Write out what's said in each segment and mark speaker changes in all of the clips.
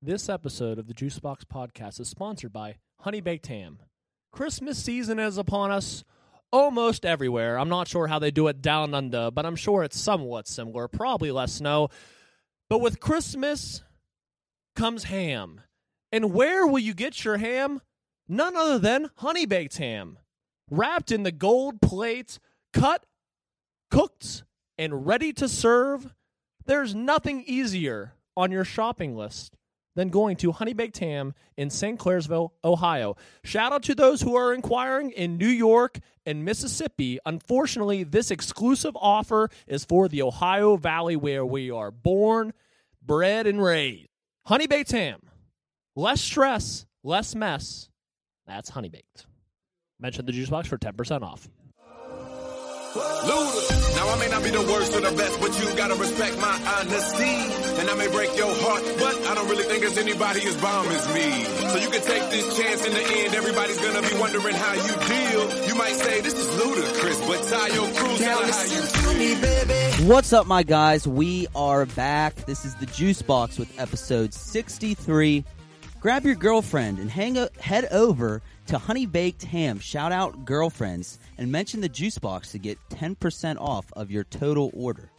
Speaker 1: This episode of the Juicebox Podcast is sponsored by Honey Baked Ham. Christmas season is upon us almost everywhere. I'm not sure how they do it down under, but I'm sure it's somewhat similar. Probably less snow. But with Christmas comes ham. And where will you get your ham? None other than Honey Baked Ham. Wrapped in the gold plate, cut, cooked, and ready to serve, there's nothing easier on your shopping list than going to Honey Baked Ham in St. Clairsville, Ohio. Shout out to those who are inquiring in New York and Mississippi. Unfortunately, this exclusive offer is for the Ohio Valley where we are born, bred, and raised. Honey Baked Ham. Less stress, less mess. That's Honey Baked. Mention the juice box for 10% off.
Speaker 2: Luda. Now I may not be the worst or the best, but you gotta respect my honesty. And I may break your heart, but I don't really think there's anybody as bomb as me. So you can take this chance in the end. Everybody's gonna be wondering how you deal. You might say this is ludicrous, but tie your crew tell her how you feel.
Speaker 3: What's up, my guys? We are back. This is the Juice Box with episode 63. Grab your girlfriend and hang o- head over to Honey Baked Ham. Shout out girlfriends and mention the Juice Box to get 10% off of your total order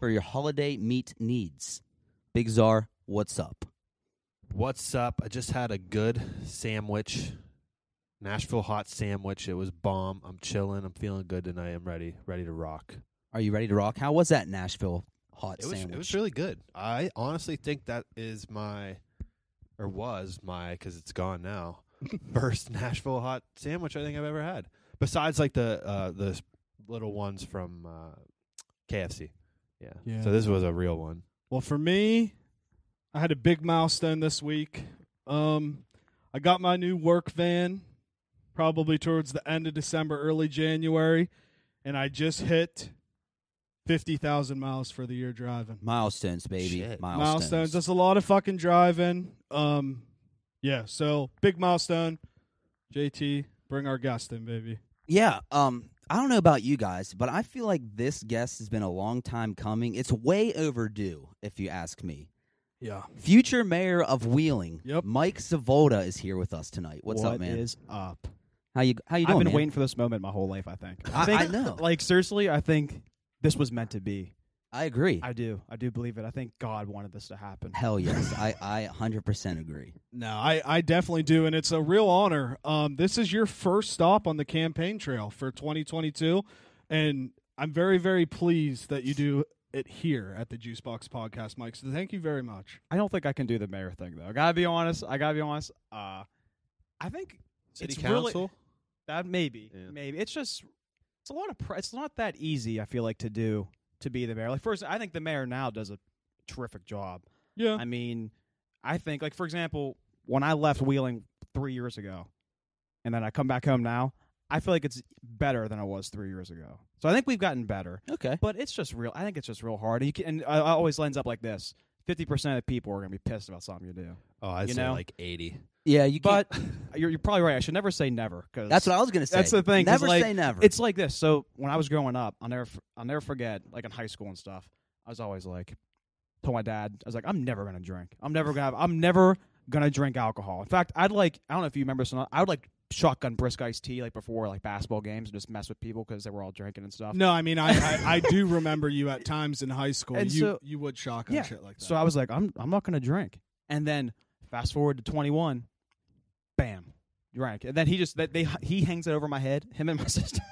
Speaker 3: for your holiday meat needs. Big Czar, what's up?
Speaker 4: What's up? I just had a good sandwich, Nashville hot sandwich. It was bomb. I'm chilling. I'm feeling good tonight. I'm ready, ready to rock.
Speaker 3: Are you ready to rock? How was that Nashville hot
Speaker 4: It was
Speaker 3: sandwich?
Speaker 4: it was really good. I honestly think that is my, or was my, because it's gone now. first Nashville hot sandwich I think I've ever had. Besides like the uh, the little ones from uh, KFC. Yeah.
Speaker 5: Yeah.
Speaker 4: So this was a real one.
Speaker 5: Well, for me, I had a big milestone this week. Um, I got my new work van probably towards the end of December, early January, and I just hit 50,000 miles for the year driving.
Speaker 3: Milestones, baby.
Speaker 4: Shit.
Speaker 3: Milestones.
Speaker 5: That's a lot of fucking driving. Um, yeah, so big milestone. JT, bring our guest in, baby.
Speaker 3: Yeah, um I don't know about you guys, but I feel like this guest has been a long time coming. It's way overdue, if you ask me.
Speaker 5: Yeah.
Speaker 3: Future mayor of Wheeling,
Speaker 5: Yep.
Speaker 3: Mike Savolda is here with us tonight. What's up,
Speaker 6: What
Speaker 3: man?
Speaker 6: is up?
Speaker 3: how you how you doing?
Speaker 6: I've been
Speaker 3: man?
Speaker 6: waiting for this moment my whole life. I think.
Speaker 3: I-
Speaker 6: think
Speaker 3: I know.
Speaker 6: Like seriously, I think this was meant to be.
Speaker 3: I agree.
Speaker 6: I do. I do believe it. I think God wanted this to happen.
Speaker 3: Hell yes, I I hundred percent agree.
Speaker 5: No, I, I definitely do, and it's a real honor. Um, this is your first stop on the campaign trail for 2022, and I'm very, very pleased that you do it here at the Juicebox Podcast, Mike. So thank you very much.
Speaker 6: I don't think I can do the mayor thing though. I gotta be honest. I gotta be honest. Uh, I think
Speaker 4: City
Speaker 6: It's really-
Speaker 4: Council.
Speaker 6: that maybe
Speaker 4: Yeah.
Speaker 6: maybe it's just it's a lot of pr- it's not that easy. I feel like to do to be the mayor. Like first, I think the mayor now does a terrific job.
Speaker 5: Yeah,
Speaker 6: I mean, I think like for example, when I left Wheeling three years ago, and then I come back home now, I feel like it's better than it was three years ago. So I think we've gotten better,
Speaker 3: Okay.
Speaker 6: but it's just real. I think it's just real hard. You can, and it always ends up like this: fifty percent of people are gonna be pissed about something you do.
Speaker 4: Oh, I'd
Speaker 6: You
Speaker 4: say
Speaker 6: know?
Speaker 4: like eighty.
Speaker 3: Yeah, you.
Speaker 6: But
Speaker 3: can't-
Speaker 6: you're, you're probably right. I should never say never because
Speaker 3: that's what I was gonna say.
Speaker 6: that's the thing, 'cause,
Speaker 3: Never
Speaker 6: like,
Speaker 3: say never.
Speaker 6: It's like this. So when I was growing up, I'll never, f- I'll never forget. Like in high school and stuff, I was always like, told my dad, I was like, I'm never gonna drink. I'm never gonna. Have, I'm never gonna drink alcohol. In fact, I'd like, I don't know if you remember this or not. I would like shotgun brisk iced tea like before like basketball games and just mess with people because they were all drinking and stuff.
Speaker 5: no, I mean, I, I, I do remember you at times in high school.
Speaker 6: And
Speaker 5: you
Speaker 6: so-
Speaker 5: you would shock on
Speaker 6: Yeah,
Speaker 5: shit like that.
Speaker 6: So I was like, I'm, I'm not gonna drink. And then fast forward to 21, bam, drank. And then he just that they he hangs it over my head. Him and my sister,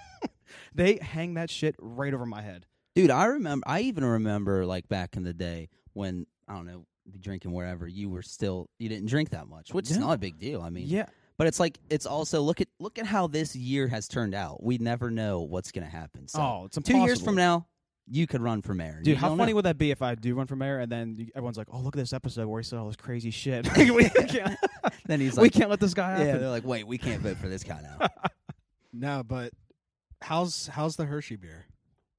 Speaker 6: they hang that shit right over my head.
Speaker 3: Dude, I remember. I even remember like back in the day when I don't know drinking wherever you were still you didn't drink that much, which is
Speaker 6: No.
Speaker 3: not a big deal. I mean,
Speaker 6: Yeah,
Speaker 3: But it's like it's also look at look at how this year has turned out. We never know what's going to happen. So
Speaker 6: oh, it's
Speaker 3: two
Speaker 6: impossible.
Speaker 3: years from now, you could run for mayor.
Speaker 6: Dude,
Speaker 3: You
Speaker 6: how
Speaker 3: don't
Speaker 6: funny
Speaker 3: know.
Speaker 6: would that be if I do run for mayor and then you- everyone's like, "Oh, look at this episode where he said all this crazy shit." we, can't,
Speaker 3: Then he's
Speaker 6: we
Speaker 3: like,
Speaker 6: can't let this guy
Speaker 3: yeah.
Speaker 6: happen.
Speaker 3: They're like, wait, we can't vote for this guy now.
Speaker 5: no, but how's how's the Hershey beer?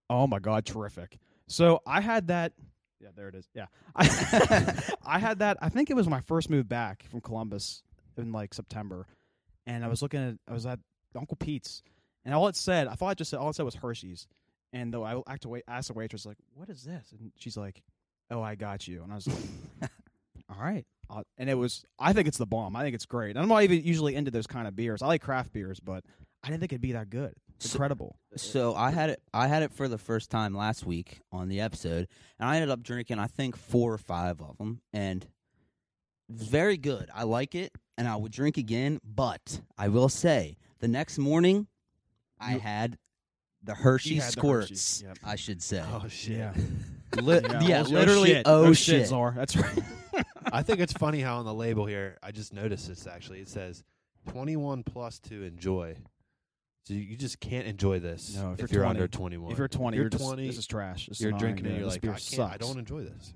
Speaker 6: oh my god, terrific. So I had that. Yeah, there it is. Yeah, I, I had that. I think it was my first move back from Columbus in like September, and I was looking at I was at Uncle Pete's, and all it said, I thought it just said all it said was Hershey's, and though I act wait, asked the waitress like, "What is this?" and she's like, "Oh, I got you," and I was like, "All right." uh, and it was. I think it's the bomb. I think it's great. And I'm not even usually into those kind of beers. I like craft beers, but I didn't think it'd be that good. It's
Speaker 3: So-
Speaker 6: incredible.
Speaker 3: So I had it. I had it for the first time last week on the episode, and I ended up drinking I think four or five of them, and it's very good. I like it, and I would drink again. But I will say, the next morning, I
Speaker 6: You-
Speaker 3: had the Hershey
Speaker 6: You had the
Speaker 3: squirts.
Speaker 6: Hershey's, yep.
Speaker 3: I should say.
Speaker 4: Oh shit!
Speaker 6: Yeah.
Speaker 3: Li- yeah,
Speaker 6: oh,
Speaker 3: literally.
Speaker 6: shit.
Speaker 3: Oh,
Speaker 6: Those
Speaker 3: shit!
Speaker 6: shits are. That's right.
Speaker 4: I think it's funny how on the label here, I just noticed this actually. It says 21 plus to enjoy. So you- you just can't enjoy this
Speaker 6: No, if you're
Speaker 4: you're
Speaker 6: 20.
Speaker 4: under 21.
Speaker 6: if you're 20,
Speaker 4: you're
Speaker 6: you're, just-
Speaker 4: 20,
Speaker 6: this is trash. This is
Speaker 4: you're
Speaker 6: not
Speaker 4: drinking
Speaker 6: good.
Speaker 4: it, you're
Speaker 6: This
Speaker 4: like,
Speaker 6: beer
Speaker 4: I, can't,
Speaker 6: sucks.
Speaker 4: I don't enjoy this.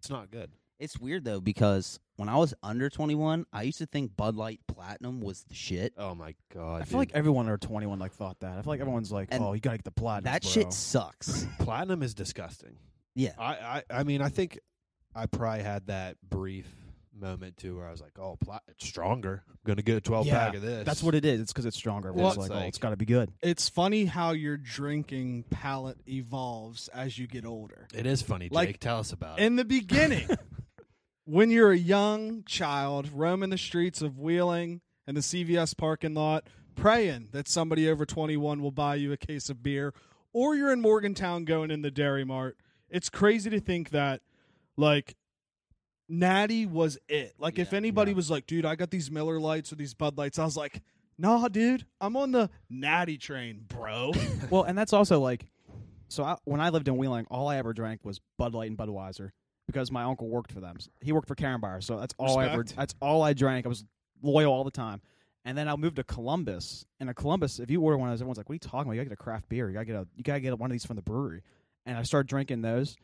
Speaker 4: It's not good.
Speaker 3: It's weird though because when I was under twenty one, I used to think Bud Light Platinum was the shit.
Speaker 4: Oh my god!
Speaker 6: I feel like everyone under 21 like thought that. I feel like everyone's like,
Speaker 3: And
Speaker 6: oh, you gotta get the platinum.
Speaker 3: that
Speaker 6: bro.
Speaker 3: shit sucks.
Speaker 4: platinum is disgusting.
Speaker 3: yeah.
Speaker 4: I, I I mean I think I probably had that brief moment too where I was like, oh, plat- it's stronger. I'm gonna get a 12
Speaker 6: Yeah,
Speaker 4: pack of this.
Speaker 6: That's what it is. It's because it's stronger. Everyone's
Speaker 4: Well, it's
Speaker 6: like, oh,
Speaker 4: like-
Speaker 6: it's gotta be good.
Speaker 5: It's funny how your drinking palate evolves as you get older.
Speaker 4: it is funny. Jake,
Speaker 5: Like,
Speaker 4: tell us about it.
Speaker 5: In the beginning, when you're a young child roaming the streets of Wheeling and the CVS parking lot, praying that somebody over 21 will buy you a case of beer, or you're in Morgantown going in the Dairy Mart, it's crazy to think that, like, Natty was it. Like, if
Speaker 4: Yeah,
Speaker 5: anybody
Speaker 4: yeah.
Speaker 5: was like, dude, I got these Miller lights or these Bud lights, I was like, nah, dude, I'm on the Natty train, bro.
Speaker 6: well, and that's also like, so I, when I lived in Wheeling, all I ever drank was Bud Light and Budweiser because my uncle worked for them. He worked for Karenbauer, so that's all I ever.
Speaker 5: Respect.
Speaker 6: That's all I drank. I was loyal all the time. And then I moved to Columbus, and in Columbus, if you order one of those, everyone's like, "What are you talking about? You gotta get a craft beer. You gotta get a. You gotta get one of these from the brewery." And I started drinking those.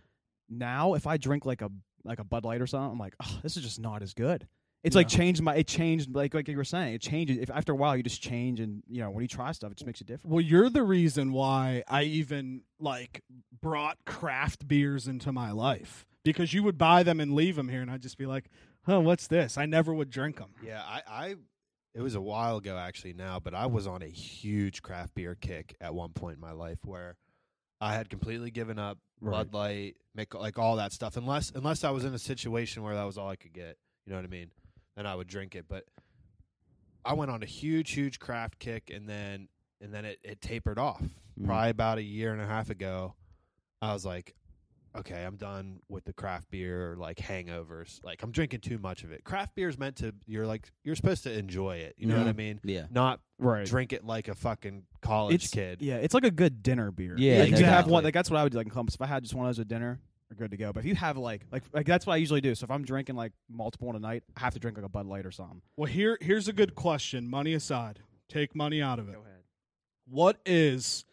Speaker 6: Now, if I drink like a like a Bud Light or something, I'm like, "Oh, this is just not as good." It's like changed my. It changed like like you were saying. It changes if after a while you just change and you know when you try stuff, it just makes a difference.
Speaker 5: Well, you're the reason why I even like brought craft beers into my life because you would buy them and leave them here, and I'd just be like, "Oh, what's this?" I never would drink them.
Speaker 4: Yeah, I, I it was a while ago actually now, but I was on a huge craft beer kick at one point in my life where I had completely given up Bud Light, Mick, like all that stuff, unless unless I was in a situation where that was all I could get. You know what I mean? Then I would drink it. But I went on a huge, huge craft kick, and then and then it, it tapered off.
Speaker 3: Mm.
Speaker 4: Probably about a year and a half ago, I was like, okay, I'm done with the craft beer like hangovers. Like I'm drinking too much of it. Craft beer is meant to you're like you're supposed to enjoy it. You know what I mean?
Speaker 3: Yeah.
Speaker 4: Not
Speaker 6: Right.
Speaker 4: drink it like a fucking college
Speaker 6: it's,
Speaker 4: kid.
Speaker 6: Yeah, it's like a good dinner beer.
Speaker 3: Yeah,
Speaker 6: like, you have
Speaker 4: exactly.
Speaker 6: one. Like that's what I would do. Like in Columbus, if I had just one of those at dinner, we're good to go. But if you have like like like that's what I usually do. So if I'm drinking like multiple in a night, I have to drink like a Bud Light or something.
Speaker 5: Well, here here's a good question. Money aside, take money out of it. What is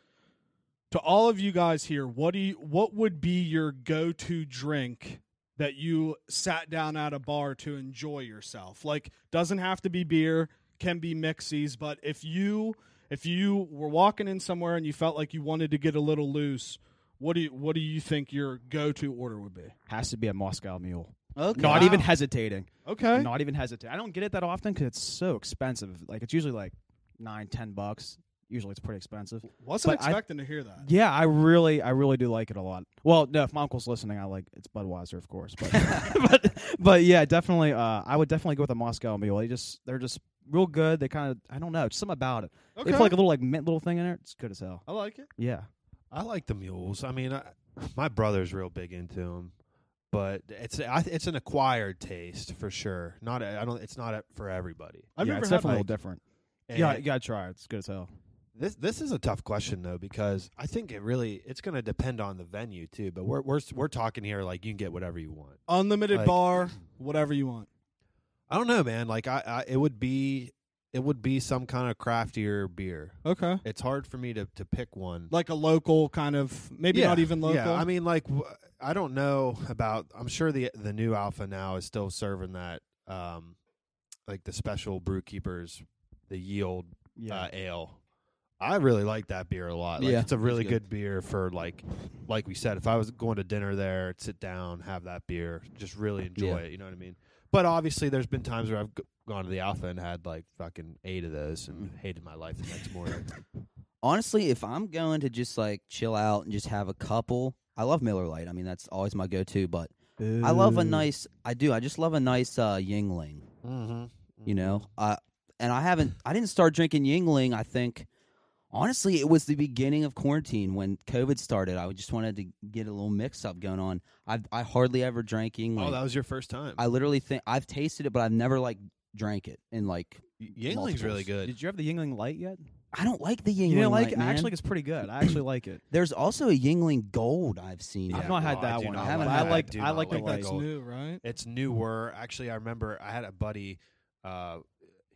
Speaker 5: to all of you guys here? What do you, what would be your go to drink that you sat down at a bar to enjoy yourself? Like, doesn't have to be beer, can be mixies, but if you if you were walking in somewhere and you felt like you wanted to get a little loose, what do you what do you think your go to order would be?
Speaker 6: Has to be a Moscow Mule.
Speaker 3: Okay.
Speaker 6: Not even hesitating.
Speaker 5: Okay,
Speaker 6: Not even hesitating. I don't get it that often because it's so expensive. Like it's usually like nine, ten bucks. Usually it's pretty expensive.
Speaker 5: wasn't
Speaker 6: but I-
Speaker 5: expecting to hear that.
Speaker 6: Yeah, I really, I really do like it a lot. Well, no, if my uncle's listening, I like it's Budweiser, of course. But, but, but yeah, definitely, uh, I would definitely go with a Moscow Mule. They just, they're just real good. They kind of, I don't know, just something about it. They
Speaker 5: Okay,
Speaker 6: put like a little like mint little thing in there. It's good as hell.
Speaker 5: I like it.
Speaker 6: Yeah,
Speaker 4: I like the mules. I mean, I, my brother's real big into them, but it's I, it's an acquired taste for sure. Not a, I don't. It's not a, for everybody.
Speaker 5: I've
Speaker 6: yeah,
Speaker 5: never
Speaker 6: it's
Speaker 5: had
Speaker 6: definitely a
Speaker 5: like-
Speaker 6: little different.
Speaker 4: And
Speaker 6: yeah, you gotta try it. It's good as hell.
Speaker 4: This this is a tough question though because I think it really it's going to depend on the venue too. But we're we're we're talking here like you can get whatever you want.
Speaker 5: unlimited
Speaker 4: Like-
Speaker 5: bar, whatever you want.
Speaker 4: I don't know, man. Like I, I it would be it would be some kind of craftier beer.
Speaker 5: Okay.
Speaker 4: It's hard for me to to pick one.
Speaker 5: Like a local kind of, maybe
Speaker 4: Yeah,
Speaker 5: not even local.
Speaker 4: Yeah, I mean, like w- I don't know about. I'm sure the the new Alpha now is still serving that, um, like the special brew keepers, the yield
Speaker 6: Yeah,
Speaker 4: uh, ale. I really like that beer a lot. Like,
Speaker 3: Yeah,
Speaker 4: it's a really
Speaker 3: it's
Speaker 4: good.
Speaker 3: good.
Speaker 4: beer for like, like we said, if I was going to dinner there, I'd sit down, have that beer, just really enjoy
Speaker 3: Yeah.
Speaker 4: it. You know what I mean? But obviously, there's been times where I've g- gone to the Alpha and had like fucking eight of those and hated my life the next morning.
Speaker 3: honestly, if I'm going to just like chill out and just have a couple, I love Miller Lite. I mean, that's always my go-to. But I love a nice. I do. I just love a nice uh, Yingling.
Speaker 4: Mm-hmm.
Speaker 3: You know. Uh, and I haven't. I didn't start drinking Yingling. I think. Honestly, it was the beginning of quarantine when COVID started. I just wanted to get a little mix up going on. I I hardly ever drank Yingling.
Speaker 4: Oh, that was your first time.
Speaker 3: I literally think I've tasted it, but I've never like drank it. And like,
Speaker 4: Y- Yingling's
Speaker 3: multiples.
Speaker 4: really good.
Speaker 6: Did you have the Yingling Light yet?
Speaker 3: I don't like the Yingling.
Speaker 6: you didn't like?
Speaker 3: Light,
Speaker 6: it? I
Speaker 3: man.
Speaker 6: actually, think it's pretty good. I actually like it.
Speaker 3: There's also a Yingling Gold I've seen.
Speaker 4: Yeah,
Speaker 6: I've not had
Speaker 4: no, I
Speaker 6: that
Speaker 4: do
Speaker 6: one.
Speaker 4: not
Speaker 6: I haven't.
Speaker 4: like
Speaker 6: I
Speaker 4: that. I
Speaker 6: like.
Speaker 4: do
Speaker 6: I
Speaker 4: not
Speaker 6: like the
Speaker 4: like that
Speaker 6: light.
Speaker 5: That's
Speaker 4: gold.
Speaker 5: new, right?
Speaker 4: It's newer. Actually, I remember I had a buddy. Uh,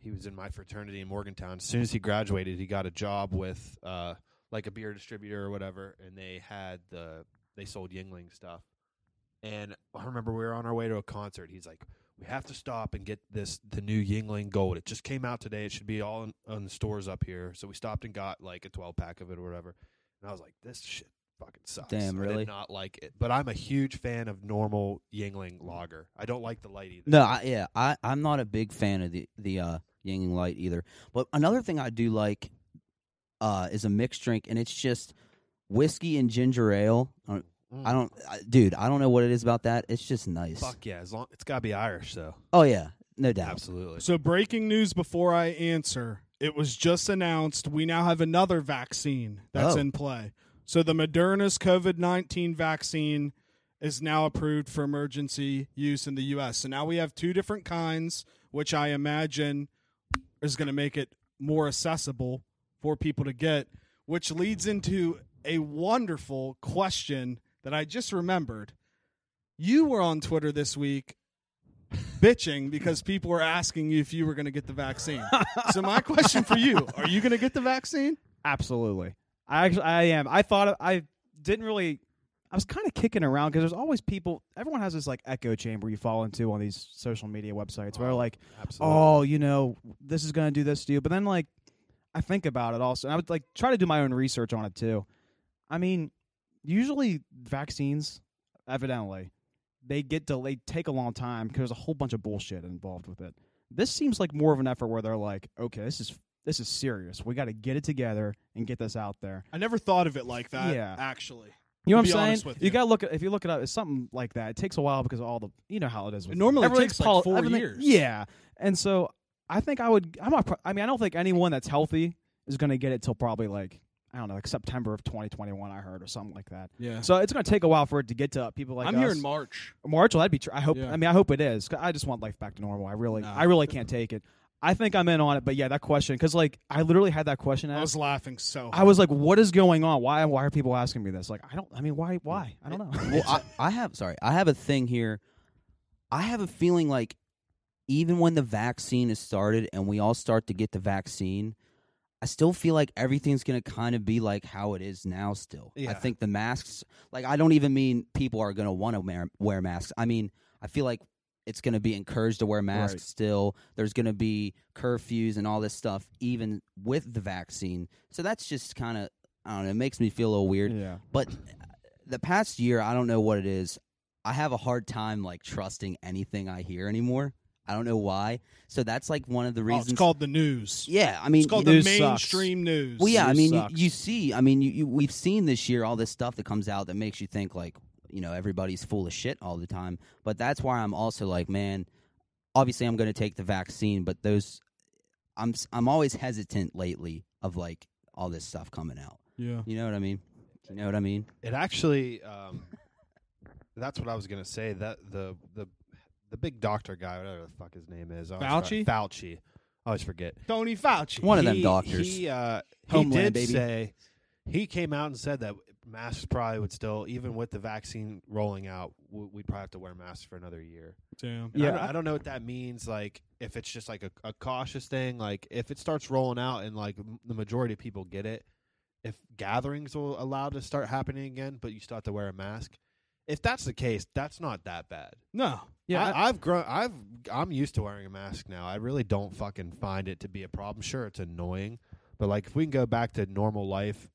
Speaker 4: he was in my fraternity in Morgantown. As soon as he graduated, he got a job with uh, like a beer distributor or whatever, and they had the they sold Yingling stuff. And I remember we were on our way to a concert. He's like, "We have to stop and get this the new Yingling Gold. It just came out today. It should be all in, on the stores up here." So we stopped and got like a twelve pack of it or whatever. And I was like, "This shit." Fucking sucks.
Speaker 3: Damn,
Speaker 4: I did
Speaker 3: really?
Speaker 4: not like it, but I'm a huge fan of normal Yingling lager. I don't like the light either.
Speaker 3: No, I, yeah, I, I'm not a big fan of the the uh, Yingling Light either. But another thing I do like uh, is a mixed drink, and it's just whiskey and ginger ale. I don't,
Speaker 6: Mm.
Speaker 3: I don't I, dude. I don't know what it is about that. It's just nice.
Speaker 4: Fuck yeah, as long it's gotta be Irish though.
Speaker 3: Oh yeah, no doubt.
Speaker 4: Absolutely.
Speaker 5: So, breaking news before I answer. It was just announced we now have another vaccine that's
Speaker 3: Oh.
Speaker 5: in play. So, the Moderna's COVID 19 vaccine is now approved for emergency use in the U.S. So, now we have two different kinds, which I imagine is going to make it more accessible for people to get, which leads into a wonderful question that I just remembered. You were on Twitter this week bitching because people were asking you if you were going to get the vaccine. so my question for you, are you going to get the vaccine?
Speaker 6: Absolutely. I actually, I am. I thought I didn't really. I was kind of kicking around because there's always people. Everyone has this like echo chamber you fall into on these social media websites where like,
Speaker 4: Absolutely.
Speaker 3: uh,
Speaker 6: oh, you know, this is gonna do this to you. But then like, I think about it also, and I would like try to do my own research on it too. I mean, usually vaccines, evidently, they get delayed, take a long time because there's a whole bunch of bullshit involved with it. This seems like more of an effort where they're like, okay, this is this is serious. We got to get it together and get this out there.
Speaker 5: I never thought of it like that.
Speaker 6: Yeah.
Speaker 5: Actually,
Speaker 6: You
Speaker 5: To
Speaker 6: know what
Speaker 5: be
Speaker 6: I'm
Speaker 5: honest
Speaker 6: saying?
Speaker 5: with
Speaker 6: You
Speaker 5: you.
Speaker 6: got to look at if you look it up. It's something like that. It takes a while because of all the you know how it is. With
Speaker 5: It normally
Speaker 6: everything's
Speaker 5: takes, like,
Speaker 6: poli-
Speaker 5: four
Speaker 6: everything-
Speaker 5: years.
Speaker 6: Yeah, and so I think I would. I'm not. pro- I mean, I don't think anyone that's healthy is going to get it till probably like I don't know, like September of 2021. I heard or something like that.
Speaker 5: yeah.
Speaker 6: So it's going to take a while for it to get to people like
Speaker 5: I'm
Speaker 6: us.
Speaker 5: here in March.
Speaker 6: March. Well, that'd be true. I hope.
Speaker 5: Yeah.
Speaker 6: I mean, I hope it is. 'cause I just want life back to normal. I really,
Speaker 5: Nah.
Speaker 6: I really can't take it. I think I'm in on it. But yeah, that question because like I literally had that question
Speaker 5: I
Speaker 6: asked.
Speaker 5: was laughing so.
Speaker 6: I was like, "What is going on? Why? Why are people asking me this? Like, I don't. I mean, why? Why? I don't know."
Speaker 3: Well, I, I have sorry, I have a thing here. I have a feeling like even when the vaccine is started and we all start to get the vaccine, I still feel like everything's gonna kind of be like how it is now. Still, I
Speaker 4: Yeah.
Speaker 3: think the masks. Like, I don't even mean people are gonna want to wear, wear masks. I mean, I feel like it's gonna be encouraged to wear masks.
Speaker 6: Right.
Speaker 3: Still, there's gonna be curfews and all this stuff, even with the vaccine. So that's just kind of I don't know. It makes me feel a little weird
Speaker 6: yeah.
Speaker 3: but the past year i don't know what it is i have a hard time like trusting anything i hear anymore i don't know why so that's like one of the
Speaker 5: Oh,
Speaker 3: reasons
Speaker 5: it's called the news.
Speaker 3: yeah i mean
Speaker 5: It's called
Speaker 3: you-
Speaker 5: the
Speaker 6: news sucks.
Speaker 5: mainstream news.
Speaker 3: well yeah i
Speaker 6: news
Speaker 3: mean you,
Speaker 6: sucks.
Speaker 3: you see i mean you, you, we've seen this year all this stuff that comes out that makes you think like you know everybody's full of shit all the time but that's why i'm also like man obviously i'm going to take the vaccine but those i'm s- i'm always hesitant lately of like all this stuff coming out
Speaker 5: Yeah.
Speaker 3: you know what i mean you know what i mean
Speaker 4: It actually um, that's what I was gonna say. That the the the big doctor guy, whatever the fuck his name is. I always
Speaker 5: Fauci?
Speaker 4: forget- Fauci. I always forget.
Speaker 5: Tony Fauci.
Speaker 3: One of them
Speaker 4: He-
Speaker 3: doctors.
Speaker 4: He uh he
Speaker 3: Homeland,
Speaker 4: did
Speaker 3: baby.
Speaker 4: say he came out and said that masks probably would still even with the vaccine rolling out, w- we'd probably have to wear masks for another year.
Speaker 5: Damn.
Speaker 4: And I
Speaker 6: Yeah.
Speaker 4: don't- I, don't know what that means. Like, if it's just like a, a cautious thing, like if it starts rolling out and like m- the majority of people get it, if gatherings will allow to start happening again, but you still have to wear a mask. If that's the case, that's not that bad.
Speaker 5: No.
Speaker 6: Yeah,
Speaker 4: I, I've grown. I've I'm used to wearing a mask now. I really don't fucking find it to be a problem. Sure, it's annoying, but like if we can go back to normal life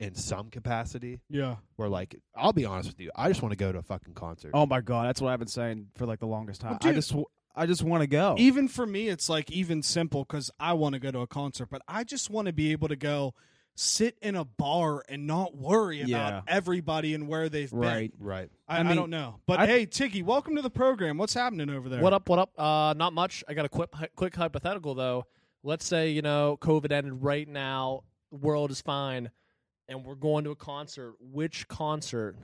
Speaker 4: in some capacity,
Speaker 5: Yeah.
Speaker 4: where like I'll be honest with you, I just want to go to a fucking concert.
Speaker 6: Oh my god, that's what I've been saying for like the longest time.
Speaker 5: Well, dude-
Speaker 6: I just, w- I just want to go.
Speaker 5: Even for me, it's like even simple because I want to go to a concert, but I just want to be able to go. sit in a bar and not worry about
Speaker 6: Yeah.
Speaker 5: everybody and where they've
Speaker 6: Right.
Speaker 5: been.
Speaker 4: Right.
Speaker 5: I, I,
Speaker 6: I mean,
Speaker 5: don't know. But
Speaker 6: I-
Speaker 5: hey, Tiggy, welcome to the program. What's happening over there?
Speaker 1: What up? What up? Uh, not much. I got a quick, quick hypothetical though. Let's say you know COVID ended right now, world is fine, and we're going to a concert. Which concert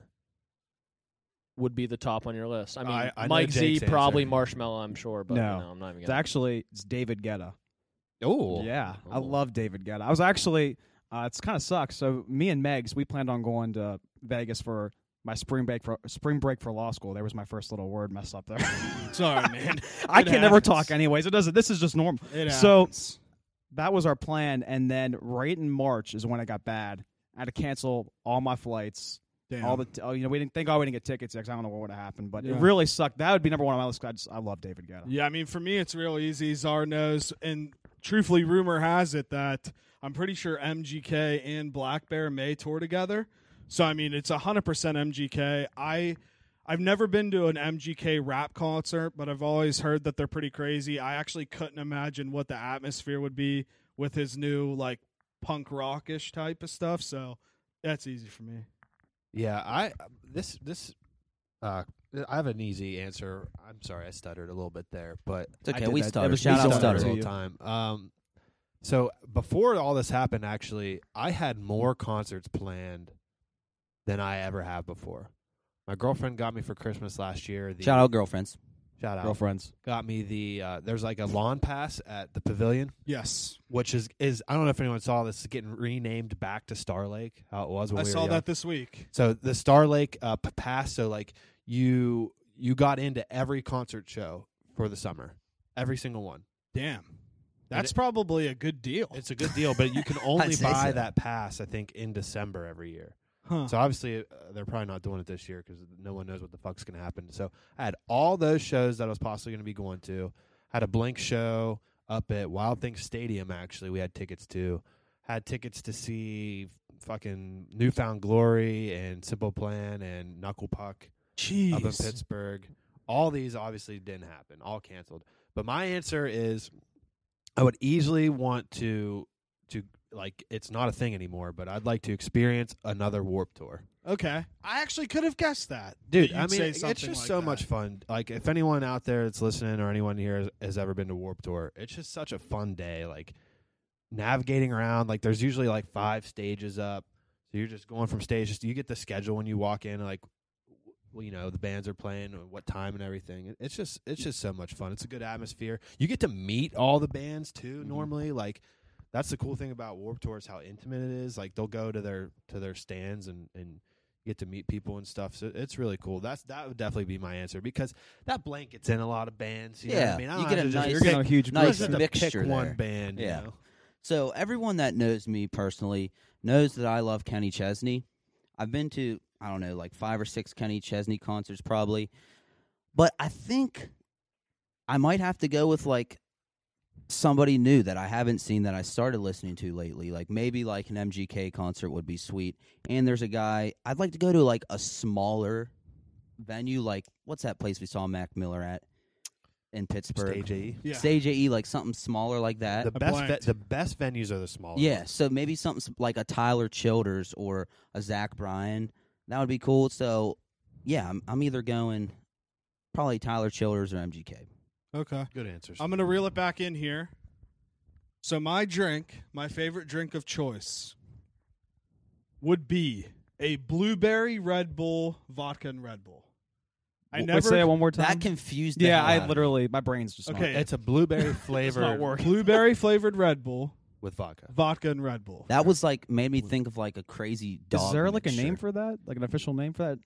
Speaker 1: would be the top on your list? I mean,
Speaker 4: I- I know
Speaker 1: Mike Z,
Speaker 4: Jake's answer.
Speaker 1: probably Marshmallow. I'm sure, but
Speaker 6: No.
Speaker 1: no, I'm not even.
Speaker 6: It's
Speaker 1: Gonna.
Speaker 6: actually it's David Guetta.
Speaker 4: Oh.
Speaker 6: Yeah, I
Speaker 4: Ooh.
Speaker 6: love David Guetta. I was actually uh, it's kind of sucks. So me and Megs, we planned on going to Vegas for my spring break for spring break for law school. There was my first little word mess up there.
Speaker 5: Sorry, man.
Speaker 6: I
Speaker 5: It
Speaker 6: can never
Speaker 5: happens.
Speaker 6: talk anyways. It doesn't. This is just normal.
Speaker 5: It
Speaker 6: So-
Speaker 5: happens.
Speaker 6: That was our plan, and then right in March is when it got bad. I had to cancel all my flights.
Speaker 5: Damn.
Speaker 6: All the t- oh, you know, we didn't think oh, we didn't get tickets because I don't know what would have happened, but
Speaker 5: Yeah.
Speaker 6: it really sucked. That would be number one on my list. 'cause I just I love David Guetta.
Speaker 5: Yeah, I mean, for me, it's real easy. Czar knows, and truthfully, rumor has it that I'm pretty sure MGK and Black Bear may tour together. So I mean, it's 100% MGK. I I've never been to an MGK rap concert, but I've always heard that they're pretty crazy. I actually couldn't imagine what the atmosphere would be with his new like punk rockish type of stuff. So that's easy for me.
Speaker 4: Yeah, I this this uh I have an easy answer. I'm sorry, I stuttered a little bit there, but
Speaker 3: It's okay,
Speaker 4: I did
Speaker 3: we
Speaker 4: that-
Speaker 3: stutter.
Speaker 4: I
Speaker 3: Shout
Speaker 6: out
Speaker 4: stutter
Speaker 6: stutter.
Speaker 4: all the time. Um, so before all this happened, actually, I had more concerts planned than I ever have before. My girlfriend got me for Christmas last year. The,
Speaker 3: Shout out, girlfriends,
Speaker 4: shout out,
Speaker 3: girlfriends.
Speaker 4: got me the uh, there's like a lawn pass at the pavilion,
Speaker 5: Yes,
Speaker 4: which is is I don't know if anyone saw this. It's getting renamed back to Star Lake. How it was when
Speaker 5: I
Speaker 4: we were
Speaker 5: saw
Speaker 4: young.
Speaker 5: that this week.
Speaker 4: So the Star Lake uh, p- pass. So like you you got into every concert show for the summer, every single one.
Speaker 5: Damn, that's probably a good deal.
Speaker 4: It's a good deal, but you can only
Speaker 3: say
Speaker 4: buy
Speaker 3: so.
Speaker 4: that pass I think in December every year.
Speaker 5: Huh.
Speaker 4: So obviously uh, they're probably not doing it this year because no one knows what the fuck's gonna happen. So I had all those shows that I was possibly gonna be going to. Had a Blink show up at Wild Things Stadium. Actually, we had tickets to. Had tickets to see fucking Newfound Glory and Simple Plan and Knuckle Puck.
Speaker 5: Jeez.
Speaker 4: up in Pittsburgh. All these obviously didn't happen, all canceled. But my answer is I would easily want to to like it's not a thing anymore, but I'd like to experience another Warp Tour.
Speaker 5: Okay. I actually could have guessed that.
Speaker 4: Dude,
Speaker 5: You'd
Speaker 4: I mean
Speaker 5: say
Speaker 4: it's
Speaker 5: something
Speaker 4: just
Speaker 5: like
Speaker 4: so
Speaker 5: that.
Speaker 4: much fun. Like if anyone out there that's listening or anyone here has, has ever been to Warp Tour, it's just such a fun day like navigating around like there's usually like five stages up. So you're just going from stages. You get the schedule when you walk in like well, you know the bands are playing and what time and everything It- it's just it's just so much fun it's a good atmosphere you get to meet all the bands too
Speaker 3: Mm-hmm.
Speaker 4: normally like that's the cool thing about warp tour is how intimate it is like they'll go to their to their stands and and get to meet people and stuff so it's really cool that's that would definitely be my answer because that blankets in a lot of bands you know what
Speaker 3: Yeah,
Speaker 4: i mean I
Speaker 3: you
Speaker 4: don't
Speaker 3: get
Speaker 4: have
Speaker 3: a
Speaker 4: to just-
Speaker 3: nice-
Speaker 4: you're
Speaker 6: You're
Speaker 4: gonna,
Speaker 6: getting a huge
Speaker 4: you don't
Speaker 3: nice
Speaker 6: mix.
Speaker 4: have to pick
Speaker 3: mixture
Speaker 4: one
Speaker 3: there.
Speaker 4: band you
Speaker 3: Yeah.
Speaker 4: know?
Speaker 3: So everyone that knows me personally knows that I love Kenny Chesney. I've been to I don't know like five or six Kenny Chesney concerts probably, but I think I might have to go with like somebody new that I haven't seen that I started listening to lately. Like maybe like an MGK concert would be sweet. And there's a guy I'd like to go to like a smaller venue. Like what's that place we saw Mac Miller at in Pittsburgh?
Speaker 4: stage A.
Speaker 5: Yeah.
Speaker 3: Stage AE, like something smaller like that.
Speaker 4: the best
Speaker 5: blanked.
Speaker 4: ve- the best venues are the smaller
Speaker 3: Yeah, so maybe something s- like a Tyler Childers or a Zach Bryan. That would be cool. So, yeah, I'm, I'm either going probably Tyler Childers or MGK.
Speaker 5: okay.
Speaker 4: good answers
Speaker 5: I'm going to reel it back in here. So, my drink, my favorite drink of choice, would be a blueberry Red Bull, vodka, and Red Bull. I
Speaker 6: Wait,
Speaker 5: never.
Speaker 6: say it one more time.
Speaker 3: That confused the
Speaker 6: yeah,
Speaker 3: hell out
Speaker 6: I
Speaker 3: of
Speaker 6: literally my brain's just
Speaker 5: Okay.
Speaker 4: it's a blueberry flavor
Speaker 5: blueberry flavored Red Bull,
Speaker 4: with vodka
Speaker 5: vodka, and Red Bull.
Speaker 3: me. That was like, made me think of like a crazy
Speaker 6: Not.
Speaker 3: dog.
Speaker 6: Is there like a
Speaker 3: mixture.
Speaker 6: name for that? Like an official name for that?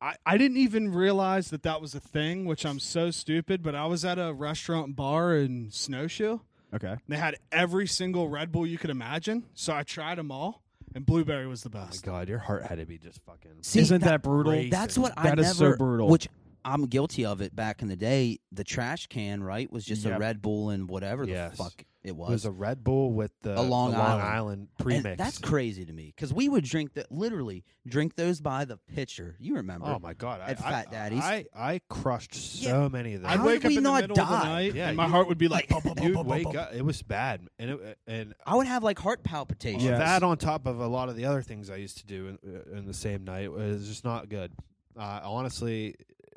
Speaker 5: I, I didn't even realize that that was a thing, which I'm so stupid, but I was at a restaurant and bar in Snowshoe.
Speaker 6: Okay.
Speaker 5: They had every single Red Bull you could imagine. So I tried them all, and blueberry was the
Speaker 4: Oh my
Speaker 5: best.
Speaker 4: god, your heart had to be just fucking.
Speaker 3: See,
Speaker 6: Isn't that, brutal?
Speaker 4: Crazy.
Speaker 3: That's what I
Speaker 6: That
Speaker 3: never.
Speaker 6: is so brutal.
Speaker 3: Which I'm guilty of it back in the day. The trash can, right, was just a
Speaker 6: Yep.
Speaker 3: Red Bull and whatever the
Speaker 4: Yes.
Speaker 3: fuck it
Speaker 4: It was
Speaker 3: was.
Speaker 4: a Red Bull with the, the
Speaker 3: Long Island.
Speaker 4: premix.
Speaker 3: And that's crazy to me because we would drink that literally drink those by the pitcher. You remember?
Speaker 4: oh my god! I,
Speaker 3: At
Speaker 4: I-
Speaker 3: Fat Daddy's.
Speaker 4: I, I crushed so many of those.
Speaker 5: I'd
Speaker 3: How
Speaker 5: wake
Speaker 3: did
Speaker 5: up
Speaker 3: we
Speaker 5: in the
Speaker 3: not
Speaker 5: middle of
Speaker 3: die?
Speaker 5: the night,
Speaker 4: Yeah,
Speaker 5: and my
Speaker 4: you-
Speaker 5: heart would be like,
Speaker 4: You'd wake up. It was bad, and it, and
Speaker 3: I would have like heart palpitations.
Speaker 5: Yes.
Speaker 4: that on top of a lot of the other things I used to do in, in the same night was just not good. Uh, honestly,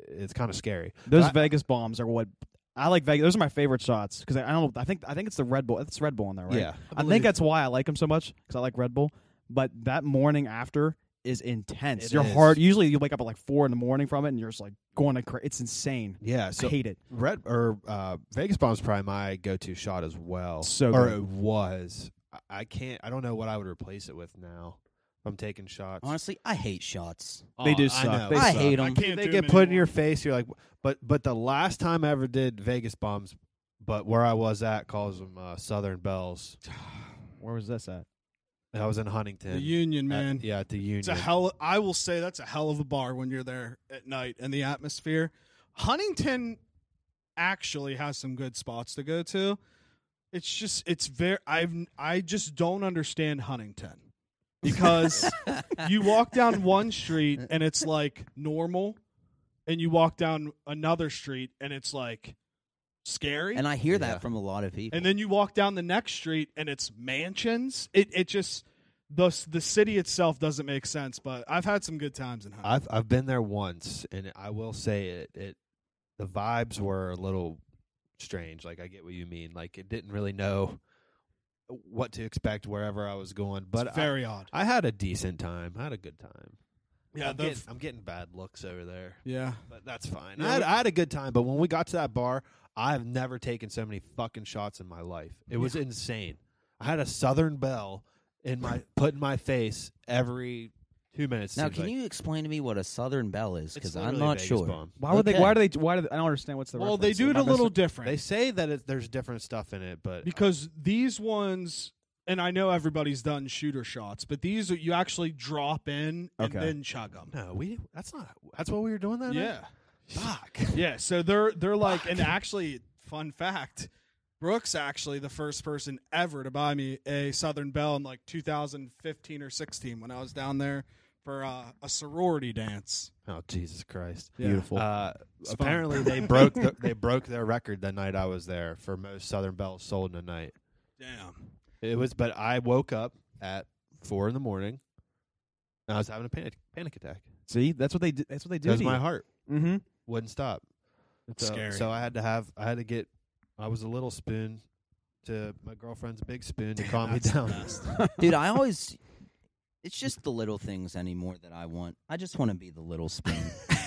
Speaker 4: it's kind of scary.
Speaker 6: Those
Speaker 4: But I-
Speaker 6: Vegas bombs are what I like. Vegas. Those are my favorite shots because I, I don't. I think I think it's the Red Bull. It's Red Bull in there, right?
Speaker 4: Yeah.
Speaker 6: I,
Speaker 4: believe-
Speaker 6: think that's why I like them so much because I like Red Bull. But that morning after is intense.
Speaker 4: It
Speaker 6: Your
Speaker 4: is.
Speaker 6: heart. Usually you wake up at like four in the morning from it, and you're just like going to. Cra- it's insane.
Speaker 4: Yeah,
Speaker 6: I
Speaker 4: so
Speaker 6: hate it.
Speaker 4: Red or uh, Vegas Bomb's probably my go-to shot as well.
Speaker 6: So
Speaker 4: or
Speaker 6: good.
Speaker 4: it was. I- I can't. I don't know what I would replace it with now. If I'm taking shots.
Speaker 3: Honestly, I hate shots.
Speaker 6: They do
Speaker 4: I
Speaker 6: suck.
Speaker 4: know.
Speaker 6: They
Speaker 3: I
Speaker 6: suck.
Speaker 3: hate
Speaker 5: I
Speaker 3: them.
Speaker 5: can't
Speaker 4: they
Speaker 5: do
Speaker 4: get
Speaker 5: them
Speaker 4: put in
Speaker 5: anymore.
Speaker 4: your face. You're like, but but the last time I ever did Vegas bombs, but where I was at calls them uh, Southern Bells.
Speaker 6: Where was this at?
Speaker 4: I was in Huntington.
Speaker 5: The Union,
Speaker 4: At-
Speaker 5: man.
Speaker 4: Uh, yeah, at the Union.
Speaker 5: It's a hell. I will say that's a hell of a bar when you're there at night and the atmosphere. Huntington actually has some good spots to go to. It's just it's very I've I just don't understand Huntington because you walk down one street and it's like normal, and you walk down another street and it's like scary,
Speaker 3: and I hear
Speaker 4: Yeah.
Speaker 3: that from a lot of people.
Speaker 5: and then you walk down the next street and it's mansions. It it just the the city itself doesn't make sense. But I've had some good times in Huntington.
Speaker 4: I've I've been there once, and I will say it. It the vibes were a little strange. Like I get what you mean. Like it didn't really know what to expect wherever I was going. But
Speaker 5: it's very odd.
Speaker 4: I, I had a decent time. I had a good time.
Speaker 5: Yeah,
Speaker 4: I'm,
Speaker 5: the,
Speaker 4: getting,
Speaker 5: f-
Speaker 4: I'm getting bad looks over there.
Speaker 5: yeah.
Speaker 4: but that's fine.
Speaker 5: Yeah,
Speaker 4: I, had,
Speaker 5: we-
Speaker 4: I had a good time, but when we got to that bar, I've never taken so many fucking shots in my life. It was insane. I had a Southern Belle in my put in my face every two minutes.
Speaker 3: now,
Speaker 4: seems
Speaker 3: can
Speaker 4: like.
Speaker 3: you explain to me what a Southern Bell is?
Speaker 4: It's
Speaker 3: Because I'm
Speaker 4: literally
Speaker 3: not
Speaker 4: Vegas
Speaker 3: sure.
Speaker 4: bomb.
Speaker 6: Why would they?
Speaker 3: Okay.
Speaker 6: Why do they? Why do they, I don't understand what's the.
Speaker 5: Well, they
Speaker 6: reference.
Speaker 5: do it
Speaker 6: Am
Speaker 5: a
Speaker 6: I missing-
Speaker 5: little different
Speaker 4: They say that it, there's different stuff in it, but
Speaker 5: because these ones, and I know everybody's done shooter shots, but these are, you actually drop in and
Speaker 6: Okay.
Speaker 5: then chug them.
Speaker 4: no, we that's not that's what we were doing that. night?
Speaker 5: Yeah,
Speaker 4: fuck.
Speaker 5: yeah. So they're they're like, and actually, fun fact. Brooks actually the first person ever to buy me a Southern Belle in like 2015 or 16 when I was down there for uh, a sorority dance.
Speaker 4: Oh Jesus Christ!
Speaker 6: Beautiful.
Speaker 4: Uh,
Speaker 5: It's fun.
Speaker 4: apparently they broke the, they broke their record the night I was there for most Southern Bells sold in a night.
Speaker 5: Damn.
Speaker 4: It was, but I woke up at four in the morning. And I was having a panic panic attack.
Speaker 6: See, that's what they. Do, that's what they do.
Speaker 4: Because
Speaker 6: to
Speaker 4: my
Speaker 6: you.
Speaker 4: heart
Speaker 6: Mm-hmm.
Speaker 4: wouldn't stop.
Speaker 5: It's
Speaker 4: so,
Speaker 5: scary.
Speaker 4: So I had to have. I had to get. I was a little spoon to my girlfriend's big spoon to calm me
Speaker 5: that's the
Speaker 4: down.
Speaker 5: best.
Speaker 3: Dude, I always. It's just the little things anymore that I want. I just want to be the little spoon.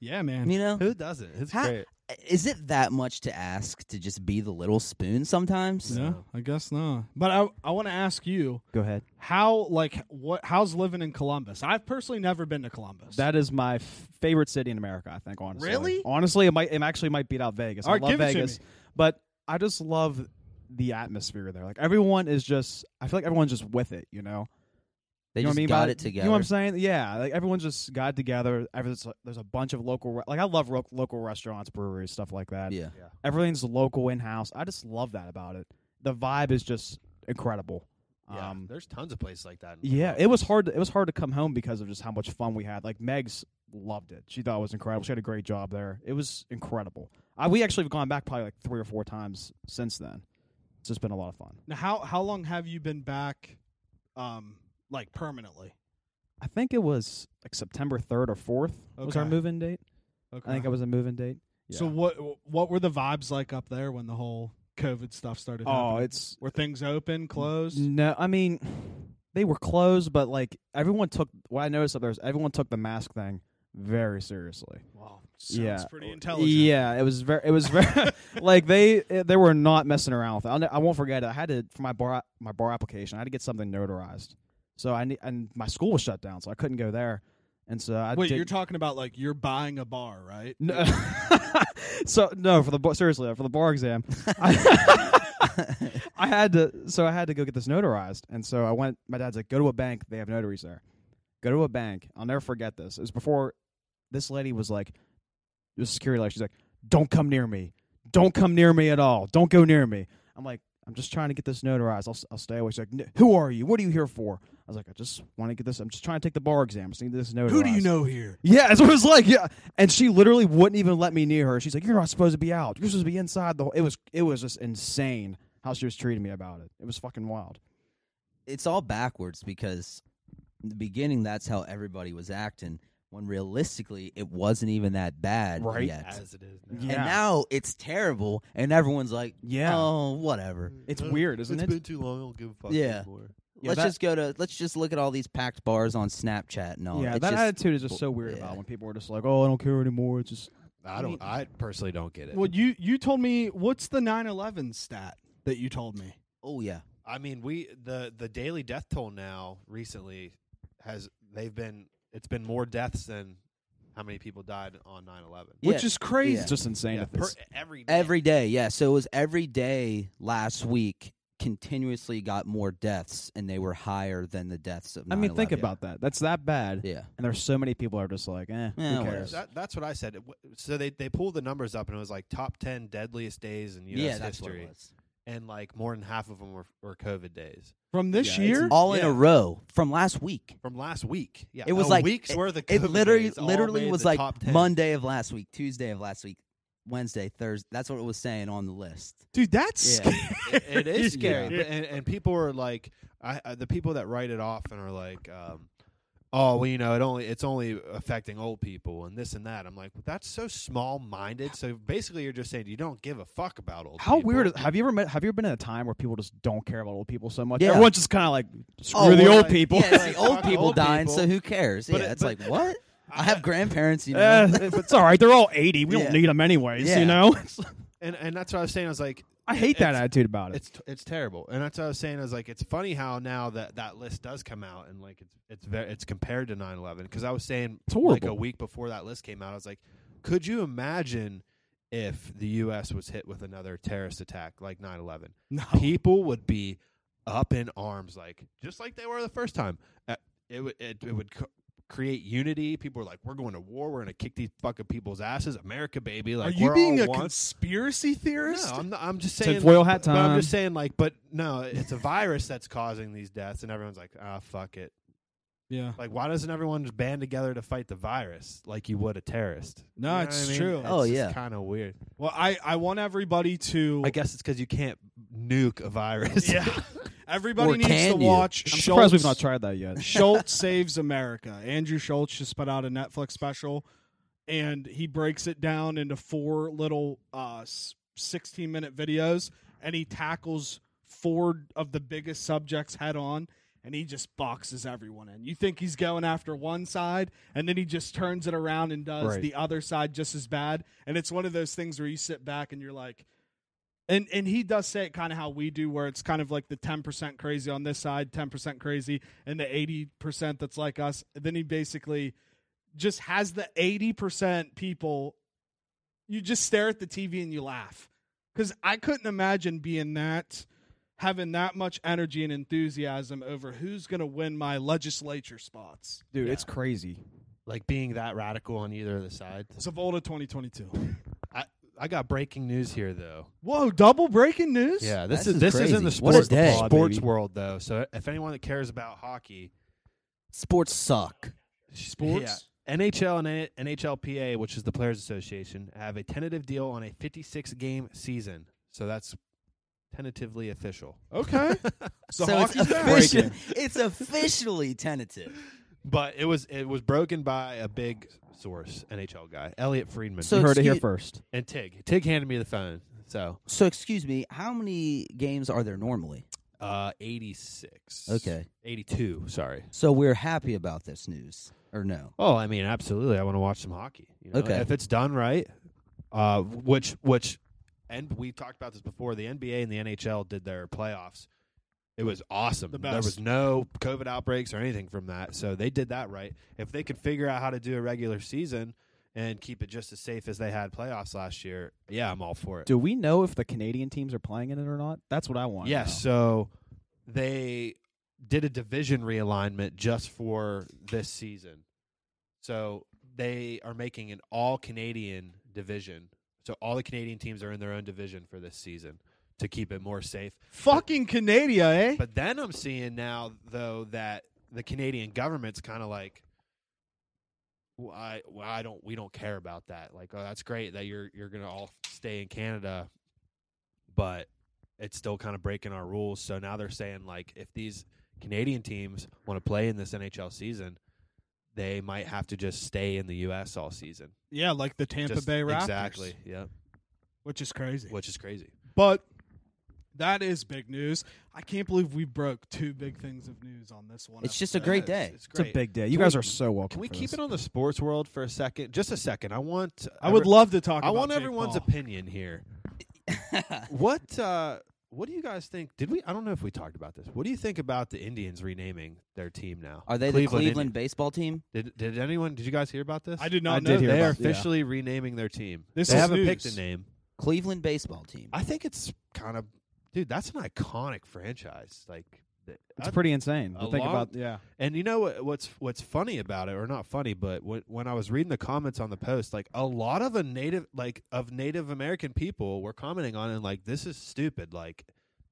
Speaker 5: yeah, man.
Speaker 3: you know?
Speaker 4: Who doesn't? It's
Speaker 3: Ha-
Speaker 4: great.
Speaker 3: Is it that much to ask to just be the little spoon sometimes?
Speaker 5: No, I guess not. But I I want to ask you
Speaker 6: Go ahead.
Speaker 5: how like what how's living in Columbus? I've personally never been to Columbus.
Speaker 6: That is my f- favorite city in America. I think honestly.
Speaker 5: Really?
Speaker 6: Honestly, it might. It actually might beat out Vegas.
Speaker 5: All right,
Speaker 6: I love
Speaker 5: give it to
Speaker 6: Vegas,
Speaker 5: me.
Speaker 6: but I just love the atmosphere there. Like everyone is just. I feel like everyone's just with it. You know.
Speaker 3: They
Speaker 6: you know what
Speaker 3: just
Speaker 6: I mean?
Speaker 3: got
Speaker 6: by-
Speaker 3: it together.
Speaker 6: You know what I'm saying? Yeah. Like everyone's just got together. Every- There's a, there's a bunch of local. re- Like I love ro- local restaurants, breweries, stuff like that.
Speaker 3: Yeah.
Speaker 6: Everything's local in house. I just love that about it. The vibe is just incredible.
Speaker 4: Yeah,
Speaker 6: Um,
Speaker 4: there's tons of places like that. in
Speaker 6: Yeah,
Speaker 4: Philadelphia.
Speaker 6: it was hard. To, it was hard to come home because of just how much fun we had. Like Meg's loved it. She thought it was incredible. She had a great job there. It was incredible. I, we actually have gone back probably like three or four times since then. It's just been a lot of fun.
Speaker 5: now, how how long have you been back um like permanently?
Speaker 6: I think it was like September third or fourth was our
Speaker 5: Okay.
Speaker 6: move-in date.
Speaker 5: Okay.
Speaker 6: I think it was a move-in date.
Speaker 5: So what what were the vibes like up there when the whole COVID stuff started
Speaker 6: Oh,
Speaker 5: happening?
Speaker 6: it's mm.
Speaker 5: were things open, closed?
Speaker 6: No, I mean they were closed, but like everyone took what I noticed up there is everyone took the mask thing very seriously.
Speaker 5: Wow. Sounds
Speaker 6: yeah.
Speaker 5: pretty intelligent.
Speaker 6: Yeah, it was very it was very like they eh, they were not messing around with it. I'll, ne- I won't forget it. I had to for my bar my bar application, I had to get something notarized. So I need and my school was shut down, so I couldn't go there. And so I
Speaker 5: Wait,
Speaker 6: did,
Speaker 5: you're talking about like you're buying a bar, right?
Speaker 6: no, so no for the bar, seriously for the bar exam, I, I had to so I had to go get this notarized, and so I went. My dad's like, go to a bank. They have notaries there. Go to a bank. I'll never forget this. It was before this lady was like, It was security light. She's like, "Don't come near me. Don't come near me at all. Don't go near me." I'm like, "I'm just trying to get this notarized. I'll, s- I'll stay away." She's like, "N- "Who are you? What are you here for?" I was like, "I just want to get this. I'm just trying to take the bar exam. I just need this notarized."
Speaker 5: Who do you know here?
Speaker 6: Yeah, that's what it was like. Yeah, and she literally wouldn't even let me near her. She's like, "You're not supposed to be out. You're supposed to be inside." The whole. It was it was just insane how she was treating me about it. It was fucking wild.
Speaker 3: it's all backwards because in the beginning that's how everybody was acting when realistically it wasn't even that bad
Speaker 6: Right.
Speaker 3: yet.
Speaker 4: as it is now.
Speaker 6: Yeah.
Speaker 3: And now it's terrible and everyone's like,
Speaker 6: Yeah.
Speaker 3: oh, whatever.
Speaker 6: It's weird, isn't it?
Speaker 4: It's been too long. I don't give a fuck
Speaker 3: Yeah.
Speaker 4: anymore.
Speaker 6: Yeah,
Speaker 3: let's
Speaker 6: that-
Speaker 3: just go to let's just look at all these packed bars on Snapchat and all.
Speaker 6: yeah,
Speaker 3: It's
Speaker 6: that
Speaker 3: just-
Speaker 6: attitude is just so weird
Speaker 3: yeah.
Speaker 6: about when people are just like, "Oh, I don't care anymore." It's just
Speaker 4: I
Speaker 5: mean-
Speaker 4: don't. I personally don't get it.
Speaker 5: Well, you you told me what's the 9/11 stat that you told me?
Speaker 3: oh yeah.
Speaker 4: I mean, we the the daily death toll now recently has they've been it's been more deaths than how many people died on 9/11.
Speaker 3: Yeah.
Speaker 5: Which is crazy.
Speaker 3: Yeah.
Speaker 6: it's just insane.
Speaker 4: Yeah,
Speaker 6: to
Speaker 4: per,
Speaker 6: this.
Speaker 4: every day.
Speaker 3: Every day, yeah. So it was every day last week continuously got more deaths and they were higher than the deaths of
Speaker 6: I mean, think
Speaker 3: 9/11.
Speaker 6: about that. That's that bad.
Speaker 3: Yeah.
Speaker 6: And there's so many people are just like, "Eh,
Speaker 3: Yeah,
Speaker 6: who
Speaker 3: whatever.
Speaker 6: cares?"
Speaker 4: That, that's what I said. It w- So they they pulled the numbers up and it was like top 10 deadliest days in U.S.
Speaker 3: yeah, that's what
Speaker 4: history,
Speaker 3: it was.
Speaker 4: and like more than half of them were, were COVID days
Speaker 5: From this
Speaker 6: Yeah, it's
Speaker 5: year?
Speaker 3: All in
Speaker 4: Yeah.
Speaker 3: a row from last week.
Speaker 4: from last week. Yeah,
Speaker 3: It was
Speaker 4: a
Speaker 3: like-
Speaker 4: weeks worth of COVID
Speaker 3: It literally,
Speaker 4: days all
Speaker 3: literally
Speaker 4: made
Speaker 3: was
Speaker 4: the
Speaker 3: like
Speaker 4: top 10.
Speaker 3: Monday of last week, Tuesday of last week, Wednesday, Thursday. That's what it was saying on the list.
Speaker 5: Dude, that's
Speaker 3: Yeah.
Speaker 4: It- it is scary,
Speaker 5: Yeah.
Speaker 4: but- and, and people are like, I, I, the people that write it off and are like, um, "Oh, well, you know, it only it's only affecting old people and this and that." I'm like, well, "That's so small minded." So basically, you're just saying you don't give a fuck about old.
Speaker 6: How
Speaker 4: people.
Speaker 6: weird! Is, have you ever met? Have you ever been in a time where people just don't care about old people so much?
Speaker 3: Yeah.
Speaker 6: Everyone's just kind of like, "Screw
Speaker 3: Oh,
Speaker 6: the
Speaker 3: well,
Speaker 6: old
Speaker 4: like-
Speaker 6: people."
Speaker 3: Yeah, it's the
Speaker 4: Fuck
Speaker 3: old people
Speaker 4: old
Speaker 3: dying,
Speaker 4: people.
Speaker 3: so who cares?
Speaker 4: But
Speaker 3: yeah,
Speaker 4: it-
Speaker 3: it's
Speaker 4: but-
Speaker 3: like what? I have grandparents, you know.
Speaker 6: Eh, it's all right. They're all eighty. We
Speaker 3: Yeah.
Speaker 6: don't need them anyways.
Speaker 3: Yeah.
Speaker 6: You know,
Speaker 4: And and that's what I was saying. I was like,
Speaker 6: I hate that attitude about it.
Speaker 4: It's t- it's terrible, and that's what I was saying. I was like, it's funny how now that that list does come out, and like it's it's very, it's compared to 9/11 because I was saying
Speaker 6: It's
Speaker 4: like a
Speaker 6: horrible.
Speaker 4: week before that list came out, I was like, could you imagine if the U.S. was hit with another terrorist attack like 9/11?
Speaker 5: no.
Speaker 4: People would be up in arms, like just like they were the first time. Uh, it would it, it would. Co- create unity people are like we're going to war we're going to kick these fucking people's asses america baby like
Speaker 5: Are you
Speaker 4: we're
Speaker 5: being
Speaker 4: all
Speaker 5: a
Speaker 4: one.
Speaker 5: conspiracy theorist?
Speaker 4: No, I'm, not, I'm just saying.
Speaker 6: Tinfoil hat
Speaker 4: But I'm
Speaker 6: time.
Speaker 4: just saying, like, but no, it's a virus that's causing these deaths, and everyone's like, ah, fuck it.
Speaker 5: yeah.
Speaker 4: Like, why doesn't everyone just band together to fight the virus like you would a terrorist?
Speaker 5: No,
Speaker 4: You know
Speaker 5: it's
Speaker 4: what I mean?
Speaker 5: true.
Speaker 4: It's
Speaker 3: Oh, yeah.
Speaker 4: kind of weird.
Speaker 5: Well, I, I want everybody to
Speaker 4: I guess it's because you can't nuke a virus.
Speaker 5: Yeah. everybody
Speaker 3: Or
Speaker 5: needs
Speaker 3: can
Speaker 5: to
Speaker 3: you?
Speaker 5: watch
Speaker 6: I'm
Speaker 5: Schultz,
Speaker 6: surprised we've not tried that yet.
Speaker 5: Schultz Saves America. Andrew Schultz just put out a Netflix special and he breaks it down into four little uh 16 minute videos and he tackles four of the biggest subjects head on and he just boxes everyone in. You think he's going after one side and then he just turns it around and does
Speaker 6: Right.
Speaker 5: the other side just as bad. And it's one of those things where you sit back and you're like and and he does say it kind of how we do where it's kind of like the 10% crazy on this side, 10% crazy and the 80% that's like us. Then he basically just has the 80% people you just stare at the TV and you laugh. Cuz I couldn't imagine being that having that much energy and enthusiasm over who's going to win my legislature spots.
Speaker 6: Dude, it's crazy.
Speaker 4: Like being that radical on either of the sides.
Speaker 5: Savolta 2022.
Speaker 4: I, I got breaking news here, though.
Speaker 5: Whoa, double breaking news?
Speaker 4: Yeah, this
Speaker 3: This
Speaker 4: is
Speaker 3: is
Speaker 4: this is in the
Speaker 3: crazy. What a
Speaker 4: sports
Speaker 3: day.
Speaker 4: sports world though. So if anyone that cares about hockey,
Speaker 3: Sports suck.
Speaker 5: Sports?
Speaker 4: NHL and A- NHLPA, which is the Players Association, have a tentative deal on a 56 game season. So that's tentatively official.
Speaker 5: Okay.
Speaker 3: So,
Speaker 5: So,
Speaker 3: it's
Speaker 5: hockey's back.
Speaker 3: officially, it's officially tentative.
Speaker 4: But it was it was broken by a big source, NHL guy, Elliot Friedman,
Speaker 3: So-
Speaker 6: you heard it here
Speaker 3: excuse-
Speaker 6: first.
Speaker 4: and Tig. Tig handed me the phone. So
Speaker 3: So excuse me, how many games are there normally?
Speaker 4: uh, 86.
Speaker 3: Okay.
Speaker 4: 82. Sorry.
Speaker 3: So we're happy about this news or no?
Speaker 4: Oh, I mean, absolutely. I want to watch some hockey. You know?
Speaker 3: Okay.
Speaker 4: If it's done right, uh, which which, and we talked about this before. The NBA and the NHL did their playoffs. It was awesome.
Speaker 5: The
Speaker 4: There
Speaker 5: best.
Speaker 4: was no COVID outbreaks or anything from that, so they did that right. If they could figure out how to do a regular season and keep it just as safe as they had playoffs last year, yeah, I'm all for it.
Speaker 6: Do we know if the Canadian teams are playing in it or not? That's what I want. to
Speaker 4: Yeah,
Speaker 6: know.
Speaker 4: so they did a division realignment just for this season. So they are making an all Canadian division. So all the Canadian teams are in their own division for this season to keep it more safe.
Speaker 5: Fucking Canada, eh?
Speaker 4: But then I'm seeing now though that the Canadian government's kind of like, well, I, well, I don't, we don't care about that. Like, oh, that's great that you're you're gonna all stay in Canada, but it's still kind of breaking our rules. So now they're saying like, if these Canadian teams want to play in this NHL season, they might have to just stay in the U.S. all season.
Speaker 5: Yeah, like the Tampa
Speaker 4: Just-
Speaker 5: Bay Raptors.
Speaker 4: Exactly. Yeah.
Speaker 5: Which is crazy.
Speaker 4: Which is crazy.
Speaker 5: But that is big news. I can't believe we broke two big things of news on this one.
Speaker 3: It's just a
Speaker 5: episode.
Speaker 3: great day.
Speaker 4: It's
Speaker 6: It's a
Speaker 4: great.
Speaker 6: big day. You
Speaker 4: Can
Speaker 6: guys
Speaker 4: we-
Speaker 6: are so welcome.
Speaker 4: Can we
Speaker 6: for
Speaker 4: keep
Speaker 6: this.
Speaker 4: it on the sports world for a second? Just a second. I want.
Speaker 5: I would
Speaker 4: every-
Speaker 5: love to talk
Speaker 4: I
Speaker 5: about
Speaker 4: want
Speaker 5: Jake
Speaker 4: everyone's
Speaker 5: Paul.
Speaker 4: opinion here. what uh What do you guys think? Did we? I don't know if we talked about this. What do you think about the Indians renaming their team now?
Speaker 3: Are they the
Speaker 4: Cleveland?
Speaker 3: Cleveland baseball team?
Speaker 4: Indians. Did, did anyone? Did you guys hear about this?
Speaker 5: I did not
Speaker 6: I
Speaker 5: know.
Speaker 6: did hear
Speaker 4: They
Speaker 5: that.
Speaker 4: are
Speaker 6: about- yeah.
Speaker 4: officially renaming their team.
Speaker 5: This
Speaker 4: they
Speaker 5: is
Speaker 4: haven't picked
Speaker 5: news.
Speaker 4: a name.
Speaker 3: Cleveland baseball team.
Speaker 4: I think it's kind of, dude. That's an iconic franchise. Like, th-
Speaker 6: It's
Speaker 4: I-
Speaker 6: pretty insane.
Speaker 4: a
Speaker 6: To think
Speaker 4: long-
Speaker 6: about yeah.
Speaker 4: And you know what, what's what's funny about it, or not funny, but when, when I was reading the comments on the post, like a lot of a native, like of Native American people, were commenting on it, and like this is stupid. Like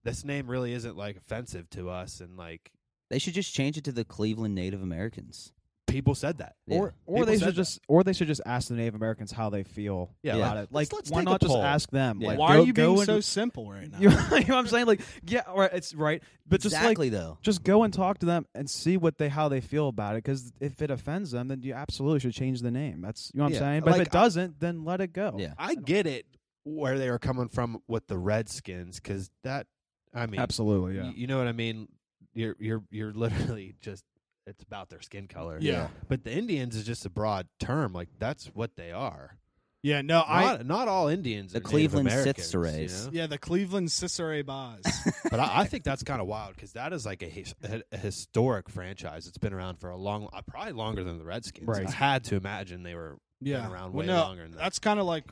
Speaker 4: this name really isn't like offensive to us, and like
Speaker 3: They should just change it to the Cleveland Native Americans.
Speaker 4: people said that.
Speaker 3: Yeah.
Speaker 6: Or or
Speaker 4: People
Speaker 6: they
Speaker 4: said
Speaker 6: should
Speaker 4: that.
Speaker 6: just or they should just ask the Native Americans how they feel
Speaker 4: Yeah,
Speaker 6: about
Speaker 4: let's-
Speaker 6: it. Like
Speaker 4: let's
Speaker 6: why
Speaker 4: take a
Speaker 6: not just
Speaker 4: poll.
Speaker 6: ask them?
Speaker 4: Yeah.
Speaker 6: Like
Speaker 5: Why
Speaker 6: go,
Speaker 5: are you
Speaker 6: go
Speaker 5: being
Speaker 6: and,
Speaker 5: so simple right now?
Speaker 6: You know what I'm saying? Like yeah, or it's right. But just like
Speaker 3: exactly though.
Speaker 6: just go and talk to them and see what they how they feel about it. Because if it offends them, then you absolutely should change the name. That's you know what
Speaker 4: Yeah,
Speaker 6: I'm saying. But
Speaker 4: like,
Speaker 6: if it doesn't, then let it
Speaker 5: Oh,
Speaker 6: go.
Speaker 3: Yeah.
Speaker 4: I get it where they were coming from with the Redskins, because that, I mean,
Speaker 6: absolutely. Yeah,
Speaker 4: y- you know what I mean. You're you're you're literally just it's about their skin color.
Speaker 5: Yeah.
Speaker 4: but the Indians is just a broad term. Like that's what they are.
Speaker 5: Yeah, no, I.
Speaker 4: not, not all Indians.
Speaker 3: The
Speaker 4: are Native
Speaker 3: Cleveland
Speaker 4: Americans,
Speaker 3: Ciceres.
Speaker 4: you know?
Speaker 5: Yeah, the Cleveland Cicero Bars.
Speaker 4: but I, I think that's kind of wild because that is like a, his, a, a historic franchise. It's been around for a long, uh, probably longer than the Redskins.
Speaker 6: Right.
Speaker 4: I had to imagine they were
Speaker 5: yeah,
Speaker 4: been around
Speaker 5: Well,
Speaker 4: way
Speaker 5: no,
Speaker 4: longer than that.
Speaker 5: That's kind of like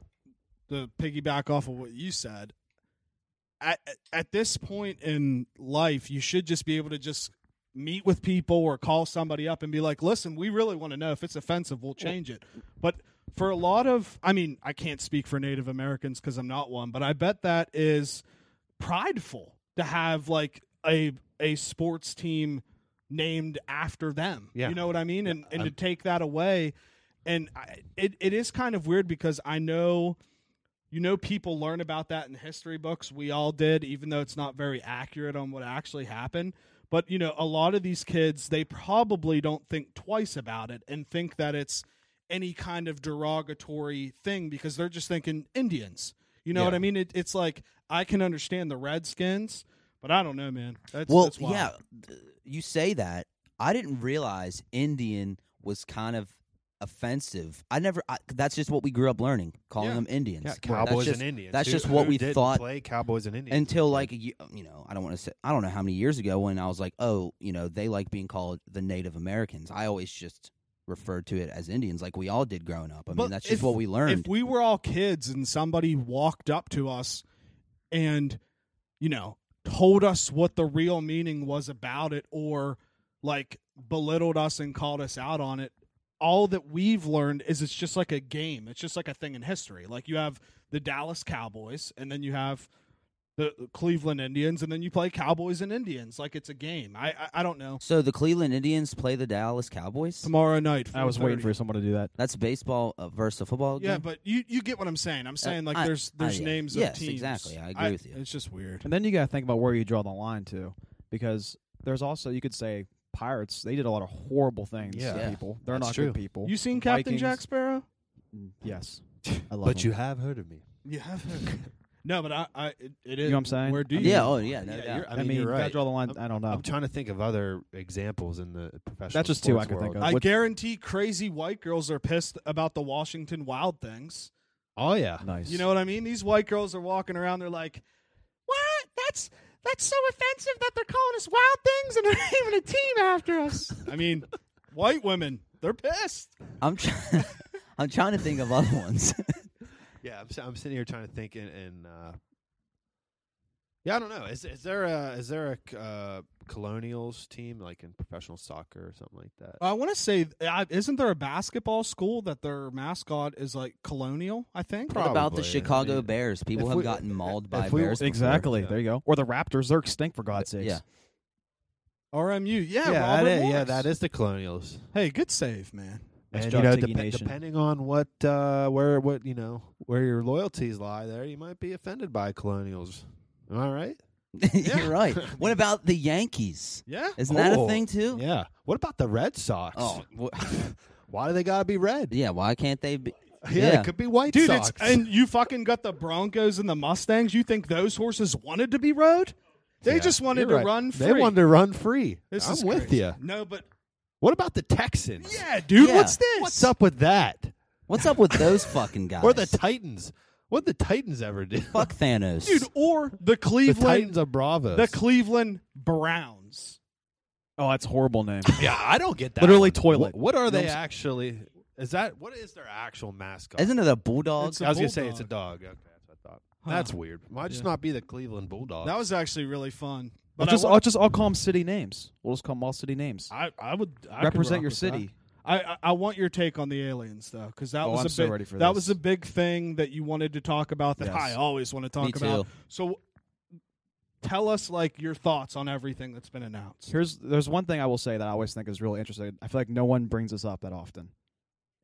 Speaker 5: the piggyback off of what you said. At at this point in life, you should just be able to just meet with people or call somebody up and be like, "Listen, we really want to know if it's offensive. We'll change it." But for a lot of, I mean, I can't speak for Native Americans because I'm not one, but I bet that is prideful to have like a a sports team named after them.
Speaker 4: Yeah.
Speaker 5: You know what I mean? And and to
Speaker 4: I'm-
Speaker 5: take that away and I, it it is kind of weird because I know you know people learn about that in history books. We all did even though it's not very accurate on what actually happened. But you know, a lot of these kids they probably don't think twice about it and think that it's any kind of derogatory thing because they're just thinking Indians. You know
Speaker 4: Yeah.
Speaker 5: what I mean? It, it's like I can understand the Redskins, but I don't know, man. That's,
Speaker 3: well,
Speaker 5: that's wild.
Speaker 3: yeah, th- you say that. I didn't realize Indian was kind of offensive. I never. I, that's just what we grew up learning, calling
Speaker 5: Yeah.
Speaker 3: them Indians.
Speaker 4: yeah,
Speaker 3: That's
Speaker 4: Cowboys
Speaker 3: just-
Speaker 4: and Indians.
Speaker 3: that's
Speaker 4: Who-
Speaker 3: just what
Speaker 4: who
Speaker 3: we
Speaker 4: didn't
Speaker 3: thought
Speaker 4: Play Cowboys and Indians
Speaker 3: until like a ye- um, you know i don't want to say i don't know how many years ago when i was like oh you know they like being called the native americans i always just referred to it as indians like we all did growing up i mean
Speaker 5: But
Speaker 3: that's just
Speaker 5: if-
Speaker 3: what we learned
Speaker 5: If we were all kids and somebody walked up to us and, you know, told us what the real meaning was about it or like belittled us and called us out on it, all that we've learned is it's just like a game. It's just like a thing in history. Like you have the Dallas Cowboys and then you have the Cleveland Indians and then you play Cowboys and Indians. Like it's a game. I I, I don't know.
Speaker 3: so the cleveland indians play the dallas cowboys
Speaker 5: Tomorrow night.
Speaker 6: I was waiting
Speaker 5: 4:30.
Speaker 6: for someone to do that.
Speaker 3: that's baseball uh, versus a football
Speaker 5: Yeah,
Speaker 3: game?
Speaker 5: but you, you get what I'm saying. I'm saying like
Speaker 3: Uh, I-
Speaker 5: there's
Speaker 3: I-
Speaker 5: there's
Speaker 3: yeah.
Speaker 5: names
Speaker 3: Yes,
Speaker 5: of teams.
Speaker 3: exactly. I agree with you.
Speaker 5: It's just weird.
Speaker 6: And then you got to think about where you draw the line too, because there's also you could say pirates. They did a lot of horrible things
Speaker 4: Yeah.
Speaker 6: to
Speaker 3: Yeah.
Speaker 6: people. They're
Speaker 4: That's
Speaker 6: not
Speaker 4: true.
Speaker 6: good people.
Speaker 5: You seen Captain
Speaker 6: Vikings-
Speaker 5: Jack Sparrow?
Speaker 6: Yes, I love.
Speaker 4: but
Speaker 6: them.
Speaker 4: you have heard of me.
Speaker 5: You have. no, but I, I it, it is.
Speaker 6: know what I'm saying?
Speaker 5: Where do
Speaker 6: I
Speaker 5: you?
Speaker 6: mean-
Speaker 3: yeah oh yeah no doubt.
Speaker 4: you're- I
Speaker 6: I
Speaker 4: mean,
Speaker 6: mean,
Speaker 4: you're
Speaker 6: you gotta
Speaker 4: right.
Speaker 6: draw the line. I don't know.
Speaker 4: I'm trying to think of other examples in the professional.
Speaker 6: That's just two I
Speaker 4: sports
Speaker 6: can think
Speaker 4: world.
Speaker 6: of.
Speaker 5: I
Speaker 6: What-
Speaker 5: guarantee crazy white girls are pissed about the Washington Wild things.
Speaker 4: Oh yeah,
Speaker 6: nice.
Speaker 5: You know what I mean? These white girls are walking around. They're like, "What? That's that's so offensive that they're calling us wild things and they're even a team after us." I mean, white women, they're pissed.
Speaker 3: i'm trying i'm trying to think of other ones
Speaker 4: yeah. I'm, si- I'm sitting here trying to think, and, and uh, Yeah, I don't know. Is is there a is there a uh, Colonials team like in professional soccer or something like that?
Speaker 5: I want to say, uh, isn't there a basketball school that their mascot is like colonial? I think.
Speaker 3: What
Speaker 4: Probably.
Speaker 3: about the
Speaker 4: I
Speaker 3: Chicago
Speaker 4: mean,
Speaker 3: Bears? People
Speaker 4: if
Speaker 3: have
Speaker 4: we-
Speaker 3: gotten mauled by
Speaker 4: if we-
Speaker 3: bears. before.
Speaker 4: Exactly.
Speaker 6: There you go. Or the Raptors. They're stink for God's sakes.
Speaker 3: Yeah.
Speaker 5: RMU. Yeah,
Speaker 4: yeah,
Speaker 5: Robert
Speaker 4: that is, yeah,
Speaker 5: Morris.
Speaker 4: that is the Colonials.
Speaker 5: Hey, good save, man.
Speaker 6: Nice
Speaker 4: and
Speaker 6: job,
Speaker 4: you know,
Speaker 6: Tiggy
Speaker 4: depe-
Speaker 6: Nation.
Speaker 4: depending on what uh, where what you know where your loyalties lie, there you might be offended by Colonials. Am I right?
Speaker 3: You're right. What about the Yankees?
Speaker 5: Yeah.
Speaker 3: Isn't that a
Speaker 4: Oh,
Speaker 3: thing too?
Speaker 4: Yeah. What about the Red Sox?
Speaker 3: Oh, wh-
Speaker 4: Why do they gotta be red?
Speaker 3: yeah. Why can't they be?
Speaker 4: Yeah,
Speaker 3: Yeah.
Speaker 4: it could be White
Speaker 5: Dude,
Speaker 4: Sox.
Speaker 5: it's and you fucking got the Broncos and the Mustangs. You think those horses wanted to be rode? They
Speaker 4: Yeah,
Speaker 5: just wanted
Speaker 4: you're
Speaker 5: to
Speaker 4: right.
Speaker 5: run free.
Speaker 4: They wanted to run free.
Speaker 5: This
Speaker 4: I'm
Speaker 5: is
Speaker 4: with
Speaker 5: crazy.
Speaker 4: you.
Speaker 5: No, but
Speaker 4: What about the Texans?
Speaker 5: yeah, dude,
Speaker 3: Yeah.
Speaker 5: what's this?
Speaker 4: What's up with that?
Speaker 3: What's up with those fucking guys?
Speaker 4: Or the Titans? What did the Titans ever do?
Speaker 3: fuck Thanos?
Speaker 5: dude? Or the
Speaker 4: the
Speaker 5: Cleveland,
Speaker 4: Titans
Speaker 5: the,
Speaker 4: of Bravos.
Speaker 5: Cleveland Browns.
Speaker 6: Oh, that's a horrible name.
Speaker 4: yeah, I don't get that.
Speaker 6: Literally
Speaker 4: one.
Speaker 6: toilet.
Speaker 4: Wh- What, are they
Speaker 6: Nope.
Speaker 4: actually? Is that what is their actual mascot?
Speaker 3: Isn't it a bulldog?
Speaker 5: It's
Speaker 4: I
Speaker 5: a
Speaker 4: was gonna say
Speaker 5: bulldog.
Speaker 4: it's a dog. Okay, that's what I thought. That's weird. Might just not be the Cleveland Bulldogs.
Speaker 5: That was actually really fun.
Speaker 6: But
Speaker 5: But
Speaker 6: just,
Speaker 5: I,
Speaker 6: I'll
Speaker 5: wa-
Speaker 6: just, I'll call them city names. We'll just call them all city names.
Speaker 5: I, I would I could rock
Speaker 6: Represent your
Speaker 5: with that.
Speaker 6: city.
Speaker 5: I, I I want your take on the aliens though, because that
Speaker 6: Oh,
Speaker 5: was
Speaker 6: I'm
Speaker 5: a
Speaker 6: so
Speaker 5: big,
Speaker 6: ready for
Speaker 5: that
Speaker 6: this.
Speaker 5: was a big thing that you wanted to talk about that
Speaker 6: Yes.
Speaker 5: I always want to talk
Speaker 3: Me
Speaker 5: about.
Speaker 3: too.
Speaker 5: So, tell us like your thoughts on everything that's been announced.
Speaker 6: Here's there's one thing I will say that I always think is really interesting. I feel like no one brings this up that often.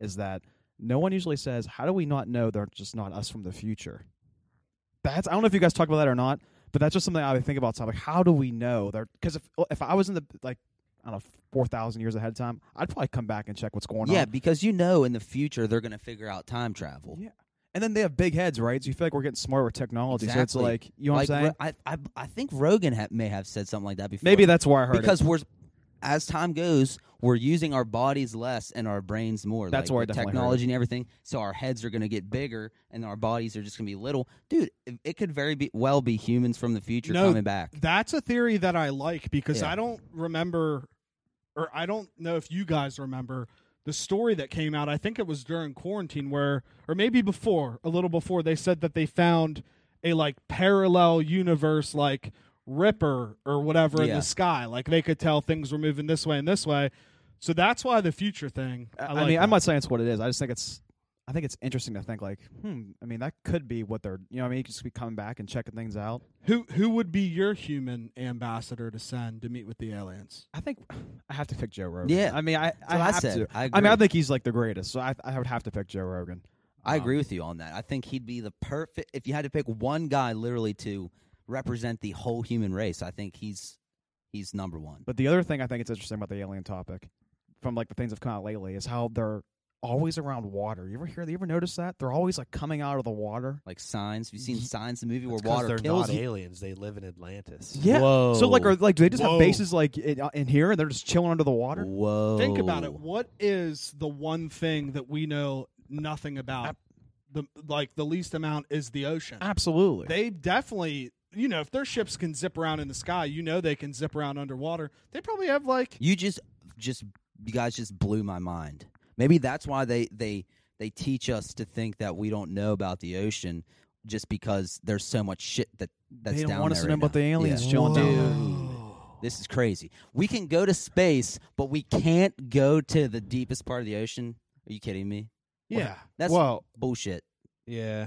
Speaker 6: Is that no one usually says, "How do we not know they're just not us from the future?" That's I don't know if you guys talk about that or not, but that's just something I would think about. So I'm like, how do we know they're because if if I was in the like I don't know four thousand years ahead of time, I'd probably come back and check what's going
Speaker 3: Yeah,
Speaker 6: on.
Speaker 3: because you know in the future they're going to figure out time travel.
Speaker 6: Yeah. And then they have big heads, right? So you feel like we're getting smarter with technology. So it's
Speaker 3: Exactly.
Speaker 6: like you know
Speaker 3: like,
Speaker 6: what I'm saying?
Speaker 3: Ro- I, I, I think Rogan ha- may have said something like that before.
Speaker 6: Maybe that's where I heard it.
Speaker 3: because we're as time goes, we're using our bodies less and our brains more.
Speaker 6: That's
Speaker 3: like,
Speaker 6: where I
Speaker 3: with
Speaker 6: definitely heard
Speaker 3: technology and everything. So our heads are going to get bigger and our bodies are just going to be little. Dude, it- it could very be, well be humans from the future
Speaker 5: No,
Speaker 3: coming back.
Speaker 5: That's a theory that I like because
Speaker 3: Yeah.
Speaker 5: I don't remember, or I don't know if you guys remember the story that came out. I think it was during quarantine, where, or maybe before, a little before, they said that they found a like parallel universe, like Ripper or whatever in
Speaker 3: Yeah.
Speaker 5: the sky. Like they could tell things were moving this way and this way. So that's why the future thing. I,
Speaker 6: I,
Speaker 5: like
Speaker 6: mean, I'm
Speaker 5: that.
Speaker 6: not saying it's what it is. I just think it's, I think it's interesting to think like, hmm. I mean, that could be what they're. You know, what I mean, you could just be coming back and checking things out.
Speaker 5: who who would be your human ambassador to send to meet with the aliens?
Speaker 6: I think I have to pick Joe Rogan.
Speaker 3: Yeah.
Speaker 6: I mean, I I
Speaker 3: what I
Speaker 6: have
Speaker 3: said.
Speaker 6: to.
Speaker 3: I
Speaker 6: mean, I
Speaker 3: agree.
Speaker 6: think he's like the greatest. So I I would have to pick Joe Rogan.
Speaker 3: I
Speaker 6: Um,
Speaker 3: agree with you on that. I think he'd be the perfect if you had to pick one guy literally to represent the whole human race. I think he's he's number one.
Speaker 6: But the other thing I think it's interesting about the alien topic, from like the things I've come out lately, is how they're always around water. You ever hear? You ever notice that they're always like coming out of the water?
Speaker 3: Like signs, have you seen signs? The movie where
Speaker 4: It's 'cause
Speaker 3: water
Speaker 4: they're
Speaker 3: kills
Speaker 4: not
Speaker 3: you.
Speaker 4: aliens. They live in Atlantis.
Speaker 6: Yeah. So like,
Speaker 3: Whoa.
Speaker 6: are like do they just
Speaker 5: Whoa.
Speaker 6: have bases like in, in here and they're just chilling under the water?
Speaker 3: Whoa!
Speaker 5: Think about
Speaker 4: Oh.
Speaker 5: it. What is the one thing that we know nothing about? The like the least amount is the ocean.
Speaker 6: Absolutely.
Speaker 5: They definitely, you know, if their ships can zip around in the sky, you know they can zip around underwater. They probably have like
Speaker 3: You just just you guys just blew my mind. Maybe that's why they they they teach us to think that we don't know about the ocean just because there's so much shit that that's
Speaker 6: they don't
Speaker 3: down
Speaker 6: want us
Speaker 3: there
Speaker 6: to
Speaker 3: right
Speaker 6: know about the
Speaker 3: now.
Speaker 6: aliens
Speaker 3: Yeah.
Speaker 6: chilling down there.
Speaker 3: This is crazy. We can go to space, but we can't go to the deepest part of the ocean. Are you kidding me?
Speaker 5: yeah.
Speaker 3: That's
Speaker 4: well,
Speaker 3: bullshit.
Speaker 4: yeah.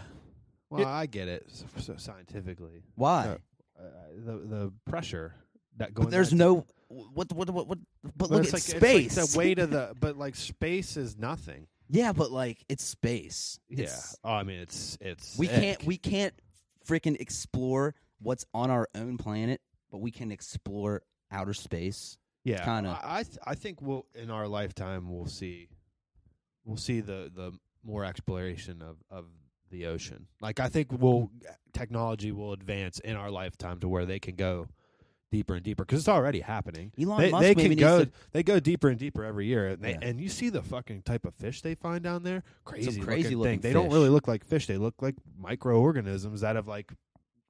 Speaker 4: Well, I get it s- so scientifically.
Speaker 3: Why?
Speaker 4: No, uh, the the pressure that goes.
Speaker 3: but there's no what what what what. But look at
Speaker 4: it's like,
Speaker 3: space.
Speaker 4: It's like the weight of the but like space is nothing.
Speaker 3: yeah, but like it's space. It's-
Speaker 4: yeah. Oh, I mean, it's it's
Speaker 3: we
Speaker 4: sick.
Speaker 3: can't we can't freaking explore what's on our own planet, but we can explore outer space.
Speaker 4: yeah.
Speaker 3: kinda-
Speaker 4: I I, th- I think we'll in our lifetime we'll see we'll see the the more exploration of of the ocean. Like I think we'll technology will advance in our lifetime to where they can go deeper and deeper because it's already happening.
Speaker 3: Elon
Speaker 4: they,
Speaker 3: Musk
Speaker 4: they
Speaker 3: maybe
Speaker 4: can
Speaker 3: needs
Speaker 4: go
Speaker 3: to-
Speaker 4: they go deeper and deeper every year and, they,
Speaker 3: Yeah.
Speaker 4: and you see the fucking type of fish they find down there crazy
Speaker 3: crazy
Speaker 4: looking,
Speaker 3: looking
Speaker 4: thing. they don't
Speaker 3: fish.
Speaker 4: really look like fish they look like microorganisms that have like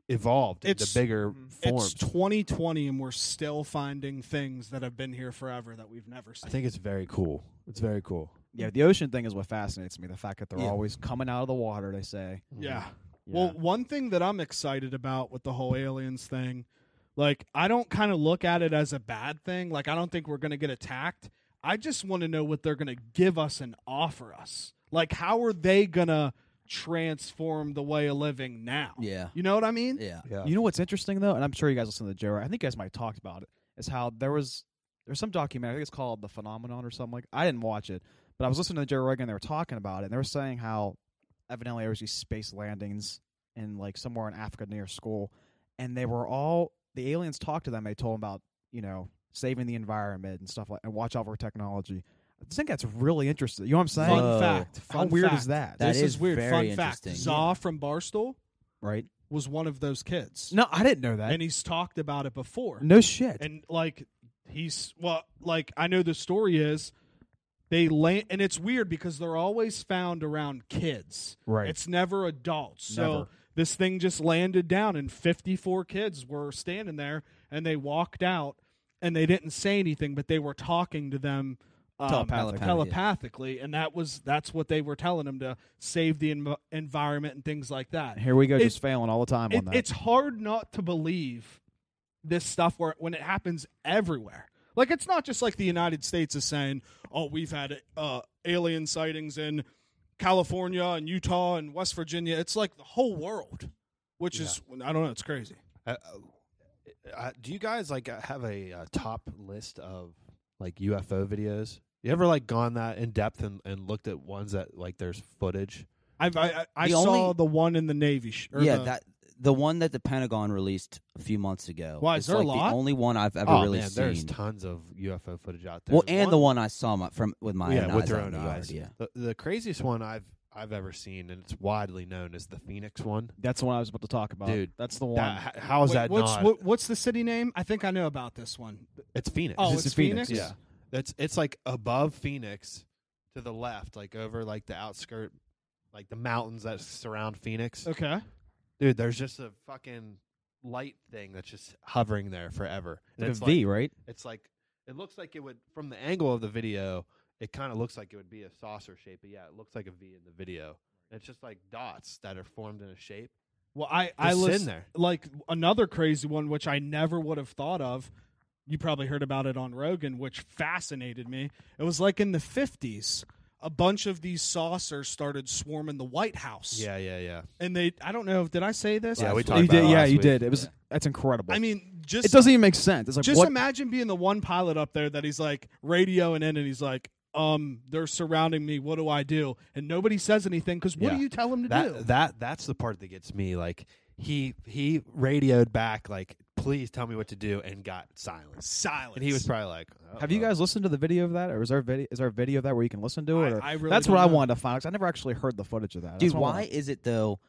Speaker 4: evolved
Speaker 5: It's-
Speaker 4: into bigger forms
Speaker 5: It's 2020 and we're still finding things that have been here forever that we've never
Speaker 4: i
Speaker 5: seen.
Speaker 4: think it's very cool it's very cool
Speaker 6: Yeah, the ocean thing is what fascinates me. The fact that they're
Speaker 3: Yeah.
Speaker 6: always coming out of the water, they say.
Speaker 5: yeah. Well, one thing that I'm excited about with the whole aliens thing, like I don't kind of look at it as a bad thing. Like I don't think we're going to get attacked. I just want to know what they're going to give us and offer us. Like how are they going to transform the way of living now?
Speaker 3: Yeah.
Speaker 5: You know what I mean?
Speaker 3: Yeah.
Speaker 4: Yeah.
Speaker 6: You know what's interesting though, and I'm sure you guys listen to Joe. I think you guys might have talked about it. Is how there was there's some documentary. I think it's called The Phenomenon or something like. I didn't watch it, but I was listening to Joe Rogan. and They were talking about it. and They were saying how evidently there was these space landings in like somewhere in Africa near school, and they were all the aliens talked to them. They told them about you know saving the environment and stuff like and watch out for technology. I think that's really interesting. You know what I'm saying?
Speaker 5: Fun
Speaker 3: Whoa.
Speaker 5: fact.
Speaker 6: How
Speaker 5: fun
Speaker 6: weird
Speaker 5: fact.
Speaker 6: is that?
Speaker 3: That
Speaker 5: this is,
Speaker 3: is
Speaker 5: weird.
Speaker 3: very
Speaker 5: fun fact.
Speaker 3: interesting.
Speaker 5: Zaw from Barstool
Speaker 6: right?
Speaker 5: was one of those kids.
Speaker 6: No, I didn't know that.
Speaker 5: And he's talked about it before.
Speaker 6: no shit.
Speaker 5: and like he's well like i know the story is they land and it's weird because they're always found around kids
Speaker 6: Right.
Speaker 5: it's never adults so
Speaker 6: Never.
Speaker 5: this thing just landed down and 54 kids were standing there and they walked out and they didn't say anything but they were talking to them um,
Speaker 6: Telepathically.
Speaker 5: telepathically and that was that's what they were telling them to save the env- environment and things like that
Speaker 6: Here we go,
Speaker 5: It-
Speaker 6: just failing all the time
Speaker 5: it-
Speaker 6: on that.
Speaker 5: It's hard not to believe this stuff where when it happens everywhere. Like it's not just like the United States is saying, "Oh, we've had uh, alien sightings in California and Utah and West Virginia." It's like the whole world, which is I don't know. It's crazy.
Speaker 4: Uh, uh, uh, do you guys like uh, have a uh, top list of like UFO videos? You ever like gone that in depth and, and looked at ones that like there's footage?
Speaker 5: I've, I I, I
Speaker 3: The
Speaker 5: saw
Speaker 3: only-
Speaker 5: the one in the Navy. Sh- or
Speaker 3: yeah,
Speaker 5: the-
Speaker 3: that the one that the Pentagon released a few months ago.
Speaker 5: Why, is
Speaker 3: it's
Speaker 5: there a
Speaker 3: like
Speaker 5: lot?
Speaker 3: the only one I've ever
Speaker 4: oh
Speaker 3: really
Speaker 4: man, there's
Speaker 3: seen.
Speaker 4: tons of UFO footage out there.
Speaker 3: well, and the one I saw my, from with my
Speaker 4: yeah,
Speaker 3: own
Speaker 4: with
Speaker 3: eyes.
Speaker 4: their
Speaker 3: out
Speaker 4: own
Speaker 3: in the
Speaker 4: eyes.
Speaker 3: yard, yeah.
Speaker 4: The, the craziest one I've I've ever seen, and it's widely known, is the Phoenix one.
Speaker 6: That's the one I was about to talk about.
Speaker 4: Dude,
Speaker 6: that's the one.
Speaker 4: That, h- how is
Speaker 5: Wait,
Speaker 4: that
Speaker 5: what's
Speaker 4: not?
Speaker 5: what, what's the city name? I think I know about this one.
Speaker 4: it's Phoenix.
Speaker 5: Oh,
Speaker 6: This
Speaker 5: it's
Speaker 6: is Phoenix,
Speaker 5: Phoenix.
Speaker 4: yeah, that's it's like above Phoenix, to the left, like over like the outskirt, like the mountains that surround Phoenix.
Speaker 5: Okay.
Speaker 4: Dude, there's just a fucking light thing that's just hovering there forever. And
Speaker 6: the
Speaker 4: it's
Speaker 6: V,
Speaker 4: like,
Speaker 6: right?
Speaker 4: It's like it looks like it would from the angle of the video. It kind of looks like it would be a saucer shape, but yeah, it looks like a V in the video. And it's just like dots that are formed in a shape.
Speaker 5: Well, I I
Speaker 4: Just sitting
Speaker 5: listen
Speaker 4: there.
Speaker 5: like another crazy one, which I never would have thought of. You probably heard about it on Rogan, which fascinated me. It was like in the fifties, a bunch of these saucers started swarming the White House.
Speaker 4: Yeah, yeah, yeah.
Speaker 5: and they I don't know. Did I say this?
Speaker 4: Yeah, we
Speaker 5: Last
Speaker 4: talked
Speaker 5: week?
Speaker 6: You
Speaker 4: about it
Speaker 6: did, yeah,
Speaker 4: last
Speaker 6: you
Speaker 4: week.
Speaker 6: did. It was. That's incredible.
Speaker 5: I mean, just
Speaker 6: it doesn't even make sense. It's like
Speaker 5: just
Speaker 6: what?
Speaker 5: imagine being the one pilot up there that he's like radioing in, and he's like. Um, they're surrounding me. What do I do? And nobody says anything because what
Speaker 4: Yeah.
Speaker 5: do you tell him to do?
Speaker 4: That that that's the part that gets me. Like he he radioed back like, please tell me what to do, and got silence.
Speaker 5: Silence.
Speaker 4: And he was probably like, oh,
Speaker 6: have you
Speaker 4: well.
Speaker 6: guys listened to the video of that, or is there a video? Is there a video of that where you can listen to it?
Speaker 5: I-
Speaker 6: or-
Speaker 5: I really
Speaker 6: that's
Speaker 5: don't
Speaker 6: what I
Speaker 5: know.
Speaker 6: wanted to find. Cause I never actually heard the footage of that.
Speaker 3: Dude,
Speaker 6: That's what I
Speaker 3: why
Speaker 6: wanted-
Speaker 3: is it though?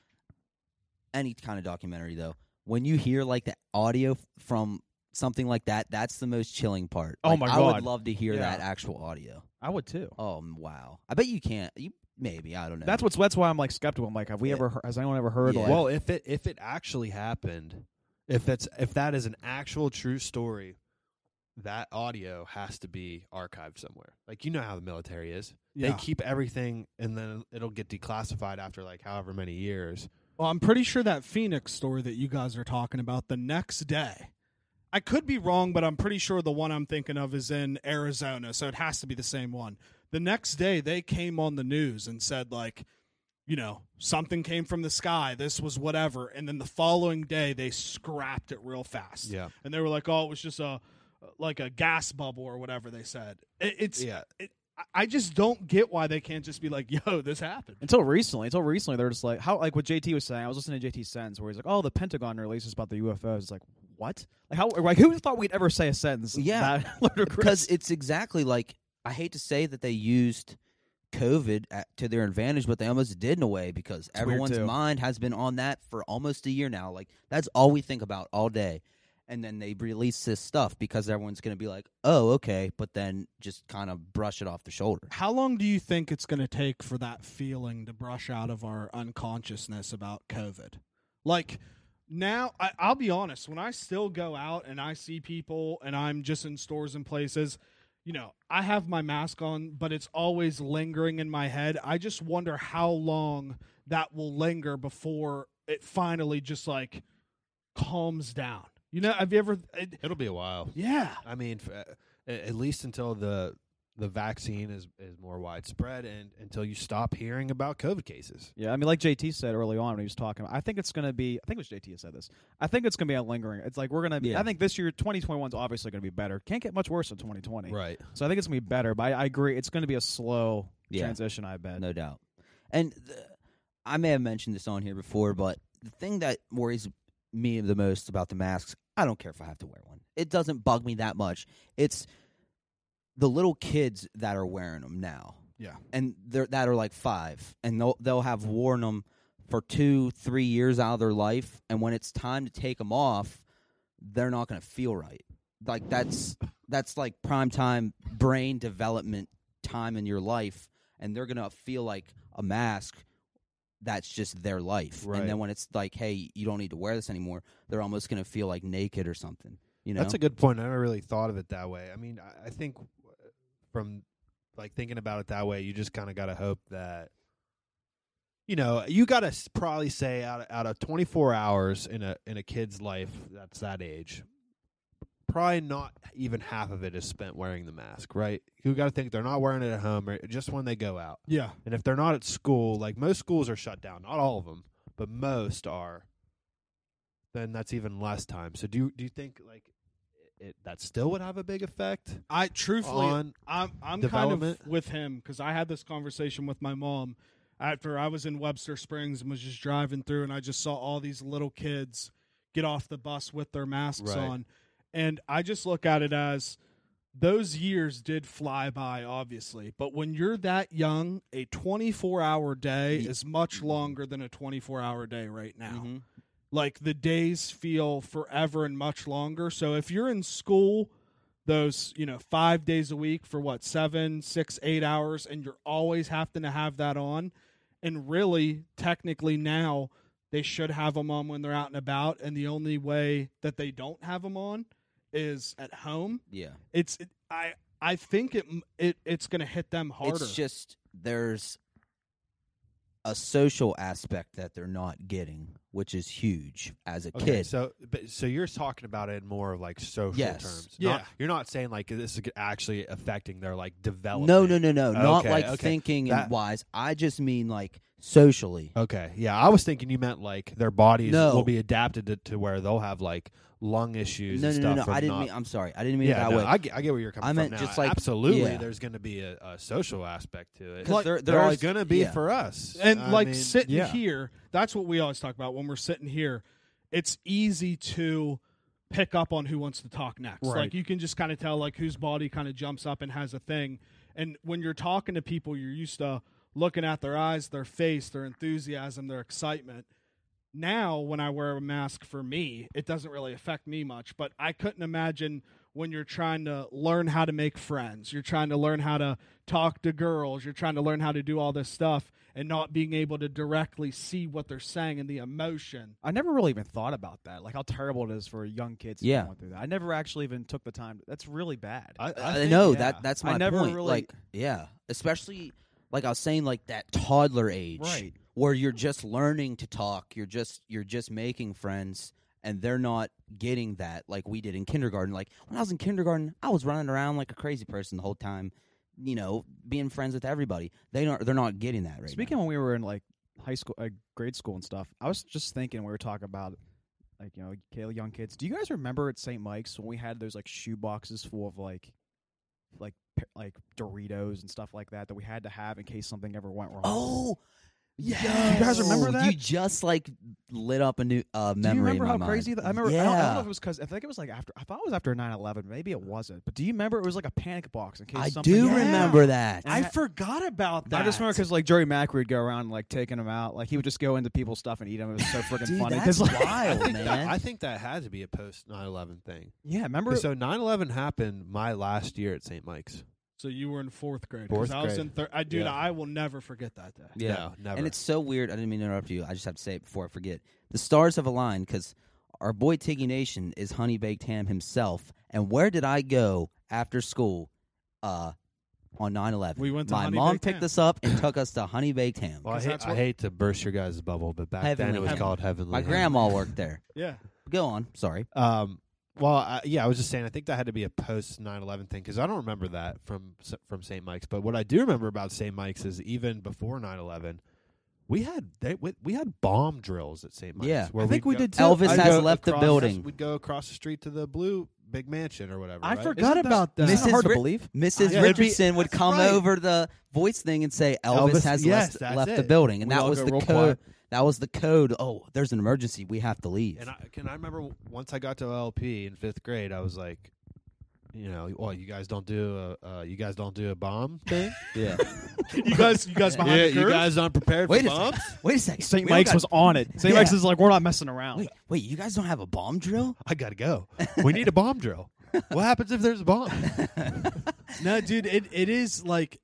Speaker 3: Any kind of documentary though, when you hear like the audio f- from something like that, that's the most chilling part.
Speaker 6: Oh
Speaker 3: Like,
Speaker 6: my
Speaker 3: I
Speaker 6: God.
Speaker 3: would love to hear
Speaker 6: Yeah.
Speaker 3: that actual audio.
Speaker 6: I would too.
Speaker 3: Oh m- wow! I bet you can't. You maybe I don't know.
Speaker 6: That's what's. That's why I'm like skeptical. I'm like, have we
Speaker 3: Yeah.
Speaker 6: ever? Heard, has anyone ever heard?
Speaker 3: Yeah.
Speaker 6: Like,
Speaker 4: Well, if it if it actually happened, if that's if that is an actual true story, that audio has to be archived somewhere. Like you know how the military is. They
Speaker 5: Yeah.
Speaker 4: keep everything and then it'll get declassified after like however many years.
Speaker 5: Well, I'm pretty sure that Phoenix story that you guys are talking about the next day. I could be wrong, but I'm pretty sure the one I'm thinking of is in Arizona, so it has to be the same one. The next day they came on the news and said like, you know, something came from the sky, this was whatever, and then the following day they scrapped it real fast.
Speaker 4: Yeah.
Speaker 5: And they were like, "Oh, it was just a like a gas bubble or whatever they said." It, it's
Speaker 4: Yeah.
Speaker 5: it, I- I just don't get why they can't just be like, "Yo, this happened."
Speaker 6: until recently, until recently, they're just like how like what JT was saying. I was listening to JT sentence where he's like, "Oh, the Pentagon releases about the UFOs." It's like what? Like how? Like who thought we'd ever say a sentence?
Speaker 3: Yeah.
Speaker 6: that ludicrous?
Speaker 3: because it's exactly like I hate to say that they used COVID at, to their advantage, but they almost did in a way because
Speaker 6: weird,
Speaker 3: everyone's
Speaker 6: too.
Speaker 3: mind has been on that for almost a year now. Like that's all we think about all day. And then they release this stuff because everyone's going to be like, "Oh, okay," but then just kind of brush it off the shoulder.
Speaker 5: How long do you think it's going to take for that feeling to brush out of our unconsciousness about COVID? Like now, I, I'll be honest, when I still go out and I see people and I'm just in stores and places, you know, I have my mask on, but it's always lingering in my head. I just wonder how long that will linger before it finally just like calms down. You know, have you ever? It,
Speaker 4: It'll be a while.
Speaker 5: yeah,
Speaker 4: I mean, f- uh, a- at least until the the vaccine is is more widespread and until you stop hearing about COVID cases.
Speaker 6: Yeah, I mean, like JT said early on when he was talking, I think it's going to be. I think it was JT that said this. I think it's going to be a lingering. It's like we're going to.
Speaker 3: Yeah.
Speaker 6: I think this year, 2021 is obviously going to be better. Can't get much worse than 2020.
Speaker 4: Right.
Speaker 6: So I think it's going to be better. But I, I agree, it's going to be a slow
Speaker 3: Yeah.
Speaker 6: transition. I bet.
Speaker 3: no doubt. And the, I may have mentioned this on here before, but the thing that worries me the most about the masks, I don't care if I have to wear one. It doesn't bug me that much. It's the little kids that are wearing them now.
Speaker 6: Yeah.
Speaker 3: and they're that are like five, and they'll they'll have worn them for two, three years out of their life, and when it's time to take them off, they're not going to feel right. Like that's that's like prime time brain development time in your life and they're gonna feel like a mask that's just their life.
Speaker 4: Right.
Speaker 3: And then when it's like, hey, you don't need to wear this anymore, they're almost gonna feel like naked or something. You know,
Speaker 4: That's a good point. I never really thought of it that way. I mean, I, I think w- from like thinking about it that way, you just kind of got to hope that you know you got to probably say out of, out of 24 hours in a in a kid's life that's that age probably not even half of it is spent wearing the mask right you got to think they're not wearing it at home or just when they go out
Speaker 5: yeah.
Speaker 4: and if they're not at school, like most schools are shut down, not all of them, but most are, then that's even less time. So do you, do you think like it, that still would have a big effect
Speaker 5: I truthfully,
Speaker 4: on
Speaker 5: I'm I'm kind
Speaker 4: development?
Speaker 5: of with him because I had this conversation with my mom after I was in Webster Springs and was just driving through, and I just saw all these little kids get off the bus with their masks
Speaker 4: Right.
Speaker 5: on, and I just look at it as those years did fly by, obviously, but when you're that young, a 24 hour day
Speaker 3: Ye-
Speaker 5: is much longer than a 24 hour day right now
Speaker 3: Mhm.
Speaker 5: like the days feel forever and much longer. So if you're in school those, you know, five days a week for what, seven, six, eight hours, and you're always having to have that on, and really technically now they should have them on when they're out and about. And the only way that they don't have them on is at home.
Speaker 3: yeah.
Speaker 5: It's, it, I, I think it, it it's going to hit them harder.
Speaker 3: It's just there's a social aspect that they're not getting, which is huge as a
Speaker 4: okay,
Speaker 3: kid.
Speaker 4: So but, so you're talking about it in more of like social
Speaker 3: Yes.
Speaker 4: terms.
Speaker 5: Yeah.
Speaker 4: Not, you're not saying like this is actually affecting their like development.
Speaker 3: no, no, no, no, not
Speaker 4: Okay,
Speaker 3: like
Speaker 4: okay.
Speaker 3: thinking
Speaker 4: That- Oh,
Speaker 3: and wise. I just mean like socially.
Speaker 4: Okay, yeah, I was thinking you meant like their bodies
Speaker 3: No.
Speaker 4: will be adapted to, to where they'll have like lung issues.
Speaker 3: No,
Speaker 4: and
Speaker 3: no, no,
Speaker 4: stuff
Speaker 3: no.
Speaker 4: from
Speaker 3: I didn't
Speaker 4: not-
Speaker 3: mean. I'm sorry. I didn't mean it that
Speaker 4: no,
Speaker 3: way.
Speaker 4: I get, I get where you're coming
Speaker 3: I
Speaker 4: from.
Speaker 3: meant
Speaker 4: now.
Speaker 3: just like-
Speaker 4: absolutely,
Speaker 3: yeah.
Speaker 4: there's going to be a, a social aspect to it.
Speaker 3: 'Cause Like- there- there
Speaker 4: there's
Speaker 3: always-
Speaker 4: going to be
Speaker 3: yeah.
Speaker 4: for us,
Speaker 5: and
Speaker 4: I
Speaker 5: like
Speaker 4: mean,
Speaker 5: sitting
Speaker 4: yeah.
Speaker 5: here that's what we always talk about when we're sitting here it's easy to pick up on who wants to talk next
Speaker 4: Right.
Speaker 5: like you can just kind of tell like whose body kind of jumps up and has a thing and when you're talking to people you're used to looking at their eyes their face their enthusiasm their excitement now when i wear a mask for me it doesn't really affect me much but i couldn't imagine when you're trying to learn how to make friends you're trying to learn how to talk to girls you're trying to learn how to do all this stuff and not being able to directly see what they're saying and the emotion
Speaker 6: I never really even thought about that, like how terrible it is for young kids to be
Speaker 3: Yeah.
Speaker 6: going through that. I never actually even took the time. That's really bad.
Speaker 4: I,
Speaker 3: I,
Speaker 4: think-
Speaker 3: know
Speaker 6: yeah.
Speaker 3: Uh, that that's
Speaker 6: I
Speaker 3: my
Speaker 6: never
Speaker 3: point.
Speaker 6: really-
Speaker 3: Like, yeah, especially like I was saying, like that toddler age,
Speaker 6: Right.
Speaker 3: where you're just learning to talk, you're just you're just making friends, and they're not getting that like we did in kindergarten. Like when I was in kindergarten, I was running around like a crazy person the whole time, you know, being friends with everybody. They don't, they're not getting that right.
Speaker 6: Speaking when we were in like high school, uh, grade school and stuff, I was just thinking we were talking about like you know ki- young kids. Do you guys remember at St. Mike's when we had those like shoe boxes full of like like p- like Doritos and stuff like that that we had to have in case something ever went wrong?
Speaker 3: now. oh.
Speaker 6: Yes.
Speaker 3: yes.
Speaker 6: You guys remember
Speaker 3: You
Speaker 6: that?
Speaker 3: just like lit up a new uh,
Speaker 6: Do
Speaker 3: memory.
Speaker 6: you
Speaker 3: in
Speaker 6: remember
Speaker 3: my
Speaker 6: how
Speaker 3: mind.
Speaker 6: crazy that? I remember.
Speaker 3: Yeah.
Speaker 6: I, don't, I don't know if it was because I think it was like after. I thought it was after 9-11. Maybe it wasn't. But do you remember it was like a panic box in case
Speaker 3: I
Speaker 6: something?
Speaker 3: do
Speaker 6: Yeah.
Speaker 3: remember that.
Speaker 6: I
Speaker 5: forgot about
Speaker 6: I just remember because like Jerry Mack would go around like taking them out. Like he would just go into people's stuff and eat them. It was so freaking
Speaker 3: Dude,
Speaker 6: funny.
Speaker 3: that's
Speaker 6: 'cause, like,
Speaker 4: I
Speaker 3: wild,
Speaker 4: think
Speaker 3: man.
Speaker 4: that, I think that had to be a post 9/11 thing.
Speaker 6: yeah, remember?
Speaker 4: 'Cause So 9/11 happened my last year at St. Mike's.
Speaker 5: so you were in fourth grade
Speaker 4: Fourth
Speaker 5: because i was
Speaker 4: grade.
Speaker 5: in third i dude
Speaker 4: Yeah.
Speaker 5: i will never forget that day
Speaker 3: Yeah.
Speaker 4: No, never.
Speaker 3: And it's so weird. I didn't mean to interrupt you. I just have to say it before I forget. The stars have aligned because our boy Tiggy Nation is Honey Baked Ham himself. And where did I go after school? Uh, on 9/11.
Speaker 5: We went to
Speaker 3: My
Speaker 5: Honey
Speaker 3: mom
Speaker 5: Baked
Speaker 3: picked
Speaker 5: Ham.
Speaker 3: us up and took us to Honey Baked Ham.
Speaker 4: Well, I,
Speaker 5: Because
Speaker 4: hate,
Speaker 5: that's
Speaker 4: I
Speaker 5: what-
Speaker 4: hate to burst your guys' bubble, but back then
Speaker 3: Heavenly
Speaker 4: it was
Speaker 3: Ham.
Speaker 4: called Heavenly.
Speaker 3: My
Speaker 4: Ham.
Speaker 3: grandma worked there.
Speaker 5: Yeah.
Speaker 3: Go on. Sorry.
Speaker 4: Um, well, I, yeah, I was just saying. I think that had to be a post 9-11 thing because I don't remember that from S- from St. Mike's. But what I do remember about St. Mike's is even before 9-11, we had they, we, we had bomb drills at St. Mike's.
Speaker 3: Yeah.
Speaker 4: where
Speaker 3: I think
Speaker 4: we'd
Speaker 3: we
Speaker 4: go-
Speaker 3: did too. Elvis
Speaker 4: I'd
Speaker 3: has
Speaker 4: go
Speaker 3: left the
Speaker 4: across-
Speaker 3: building.
Speaker 4: We'd go across the street to the blue big mansion or whatever.
Speaker 6: I
Speaker 4: right?
Speaker 6: forgot
Speaker 4: Isn't
Speaker 6: about that.
Speaker 3: Mrs.
Speaker 6: It's hard to
Speaker 3: Ri-
Speaker 6: believe.
Speaker 3: Mrs.
Speaker 4: Yeah, it'd be-
Speaker 3: Richardson would
Speaker 4: that's
Speaker 3: come
Speaker 4: right.
Speaker 3: over the voice thing and say Elvis,
Speaker 4: Elvis-
Speaker 3: has
Speaker 4: yes,
Speaker 3: left,
Speaker 4: that's
Speaker 3: left the
Speaker 4: it.
Speaker 3: building, and
Speaker 4: We'd
Speaker 3: that
Speaker 4: all
Speaker 3: was
Speaker 4: go
Speaker 3: the
Speaker 4: real
Speaker 3: code.
Speaker 4: quiet.
Speaker 3: That was the code. Oh, there's an emergency. We have to leave.
Speaker 4: And I, can I remember w- once I got to LP in fifth grade, I was like, you know, well, you guys don't do a, uh, you guys don't do a bomb thing.
Speaker 3: yeah.
Speaker 5: You guys, you guys behind
Speaker 4: yeah,
Speaker 5: the curve.
Speaker 4: you guys aren't prepared
Speaker 3: Wait
Speaker 4: for
Speaker 3: a
Speaker 4: bombs.
Speaker 3: second. Wait a second.
Speaker 6: St.
Speaker 3: We don't
Speaker 6: Mike's
Speaker 3: got-
Speaker 6: was on it. St.
Speaker 3: Yeah.
Speaker 6: Mike's is like, we're not messing around.
Speaker 3: Wait, wait. You guys don't have a bomb drill?
Speaker 4: I gotta go. We need a bomb drill. What happens if there's a bomb?
Speaker 5: No, dude, it, it is like,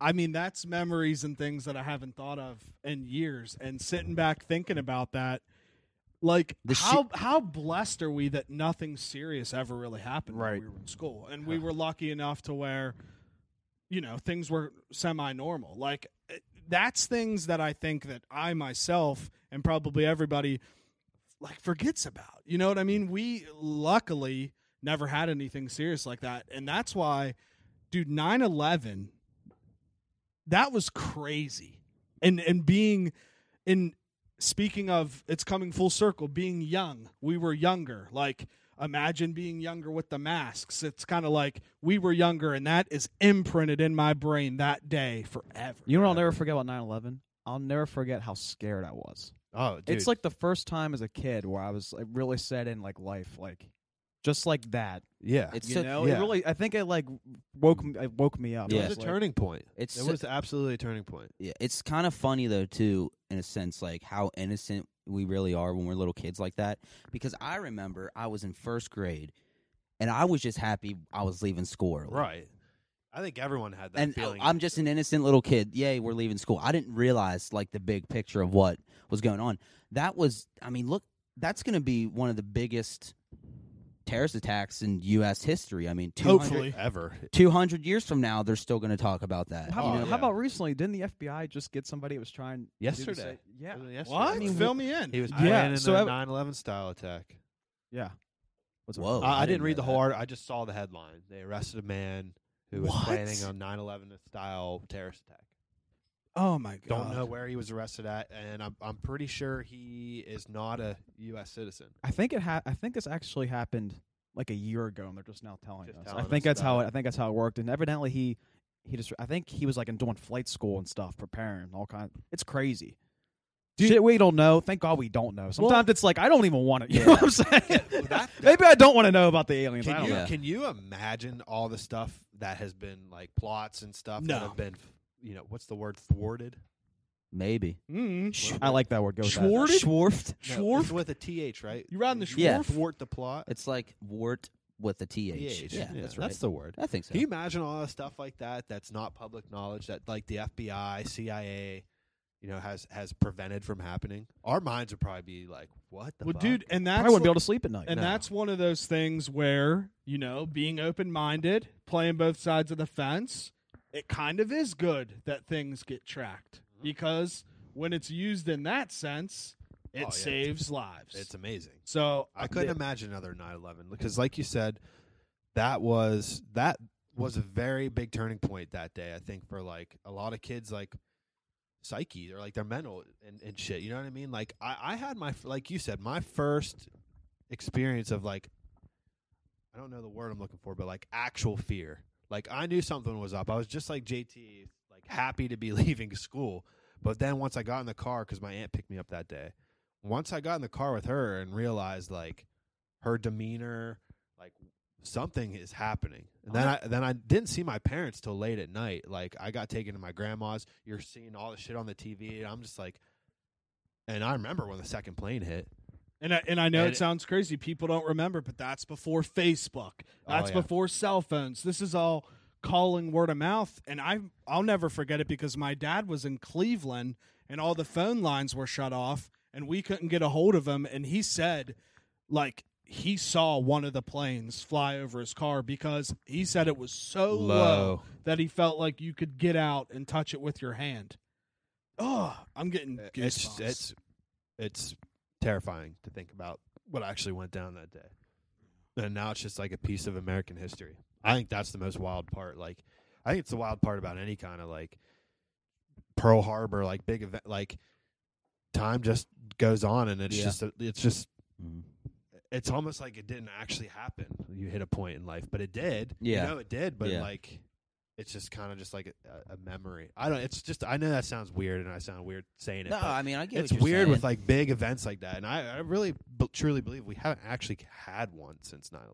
Speaker 5: I mean, that's memories and things that I haven't thought of in years. And sitting back thinking about that, like
Speaker 3: The shi-
Speaker 5: how how blessed are we that nothing serious ever really happened
Speaker 6: Right.
Speaker 5: when we were in school, and we were lucky enough to where, you know, things were semi normal. Like eh, that's things that I think that I myself and probably everybody like forgets about. You know what I mean? We luckily never had anything serious like that. And that's why, dude, 9 11, that was crazy. And and being in speaking of it's coming full circle, being young, we were younger. Like imagine being younger with the masks. It's kind of like we were younger and that is imprinted in my brain that day forever.
Speaker 6: You know what I'll never forget about 9 11? I'll never forget how scared I was.
Speaker 4: Oh, dude.
Speaker 6: It's like the first time as a kid where I was like, really set in like life, like just like that.
Speaker 4: yeah,
Speaker 3: It's
Speaker 6: you
Speaker 3: so,
Speaker 6: know,
Speaker 4: yeah.
Speaker 6: it really. I think it like woke me, it woke me up.
Speaker 4: it
Speaker 3: Yeah.
Speaker 6: I
Speaker 4: was a
Speaker 6: like-
Speaker 4: turning point.
Speaker 3: It's
Speaker 4: it
Speaker 3: so-
Speaker 4: was absolutely a turning point.
Speaker 3: Yeah, it's kind of funny though too, in a sense, like how innocent we really are when we're little kids like that. Because I remember I was in first grade, and I was just happy I was leaving school early.
Speaker 4: Right. I think everyone had that
Speaker 3: And uh, oh,
Speaker 4: feeling.
Speaker 3: I'm just an innocent little kid. Yay, we're leaving school. I didn't realize like the big picture of what was going on. That was, I mean, look, that's going to be one of the biggest terrorist attacks in U.S. history. I mean, 200,
Speaker 5: Hopefully.
Speaker 4: ever.
Speaker 3: 200 years from now, they're still going to talk about that.
Speaker 6: How,
Speaker 4: Oh,
Speaker 6: about,
Speaker 4: yeah.
Speaker 6: how about recently? Didn't the FBI just get somebody that was trying to do the
Speaker 4: Yesterday.
Speaker 6: same- Yeah.
Speaker 4: Wasn't it yesterday?
Speaker 5: What?
Speaker 4: I mean,
Speaker 5: Fill me in.
Speaker 4: He was
Speaker 6: Yeah,
Speaker 4: planning
Speaker 6: so
Speaker 4: a
Speaker 6: I-
Speaker 4: 9/11 style attack.
Speaker 6: Yeah. What's up?
Speaker 3: Whoa,
Speaker 4: Uh, I, didn't, read
Speaker 3: Oh, know
Speaker 4: the whole
Speaker 3: that.
Speaker 4: article. I just saw the headline. They arrested a man who was
Speaker 5: What?
Speaker 4: planning a 9/11 style terrorist attack.
Speaker 5: Oh my god.
Speaker 4: Don't know where he was arrested at, and I'm I'm pretty sure he is not a U.S. citizen.
Speaker 6: I think it ha- I think this actually happened like a year ago, and they're just now telling
Speaker 4: Just
Speaker 6: us.
Speaker 4: telling
Speaker 6: I think
Speaker 4: us
Speaker 6: that's
Speaker 4: about
Speaker 6: how
Speaker 4: it.
Speaker 6: it. I think that's how it worked. And evidently he he just I think he was like in doing flight school and stuff, preparing all kind. It's crazy.
Speaker 5: Dude-
Speaker 6: Shit, we don't know. Thank God we don't know. Sometimes it's like I don't even want to. You know what I'm saying?
Speaker 4: Well, that-
Speaker 6: Maybe I don't want to know about the aliens. I
Speaker 4: Can
Speaker 6: don't
Speaker 4: you
Speaker 6: know.
Speaker 3: know.
Speaker 4: can you imagine all the stuff that has been like plots and stuff
Speaker 5: No.
Speaker 4: that have been you know what's the word thwarted?
Speaker 3: Maybe.
Speaker 5: Mm.
Speaker 6: I like that word. Go with that.
Speaker 5: Thwarted?
Speaker 3: Schwarfed?
Speaker 4: No, it's with a th, right?
Speaker 5: You riding the
Speaker 3: Yeah.
Speaker 5: Schwarf?
Speaker 4: thwart the plot.
Speaker 3: It's like wart with a th.
Speaker 4: Th.
Speaker 3: Yeah, that's right.
Speaker 4: That's the word.
Speaker 3: I think so.
Speaker 4: Can you imagine all the stuff like that that's not public knowledge that like the FBI, CIA, you know, has has prevented from happening? Our minds would probably be like, "What the
Speaker 5: Well,
Speaker 4: fuck?
Speaker 5: dude, and that's
Speaker 6: I wouldn't be
Speaker 5: what-
Speaker 6: able to sleep at night.
Speaker 5: And
Speaker 4: No.
Speaker 5: that's one of those things where, you know, being open minded, playing both sides of the fence, it kind of is good that things get tracked
Speaker 4: Mm-hmm.
Speaker 5: because when it's used in that sense, it
Speaker 4: Oh, yeah.
Speaker 5: saves lives.
Speaker 4: it's amazing."
Speaker 5: so
Speaker 4: I couldn't imagine another 9/11 because, like you said, that was that was a very big turning point that day. I think for like a lot of kids, like psyche or like their mental and, and shit. You know what I mean? Like I, I had my f- like you said my first experience of like I don't know the word I'm looking for, but like actual fear. Like I knew something was up. I was just like JT, like happy to be leaving school. But then once I got in the car, because my aunt picked me up that day, once I got in the car with her and realized like her demeanor, like something is happening. And then I then I didn't see my parents till late at night. Like I got taken to my grandma's. You're seeing all the shit on the TV, and I'm just like, and I remember when the second plane hit.
Speaker 5: And I, and I know
Speaker 4: And
Speaker 5: it
Speaker 4: it-
Speaker 5: sounds crazy. People don't remember, but that's before Facebook. That's
Speaker 4: Oh, yeah.
Speaker 5: before cell phones. This is all calling word of mouth. And I I'll never forget it because my dad was in Cleveland and all the phone lines were shut off and we couldn't get a hold of him. And he said, like he saw one of the planes fly over his car because he said it was so low,
Speaker 4: Low.
Speaker 5: that he felt like you could get out and touch it with your hand. Oh, I'm getting
Speaker 4: It-
Speaker 5: goosebumps.
Speaker 4: Uh, It's it's it's terrifying to think about what actually went down that day. And now it's just like a piece of American history. I think that's the most wild part. Like, I think it's the wild part about any kind of like Pearl Harbor, like big event. Like, time just goes on, and it's
Speaker 3: Yeah.
Speaker 4: just a, it's just
Speaker 3: Mhm.
Speaker 4: it's almost like it didn't actually happen. You hit a point in life, but it did.
Speaker 3: Yeah.
Speaker 4: you know it did, but
Speaker 3: Yeah.
Speaker 4: like it's just kind of just like a, a memory. I don't. It's just I know that sounds weird, and I sound weird saying it.
Speaker 3: No,
Speaker 4: but
Speaker 3: I mean I get
Speaker 4: it's
Speaker 3: what you're
Speaker 4: weird with
Speaker 3: saying.
Speaker 4: like big events like that, and I, I really b- truly believe we haven't actually had one since 9-11.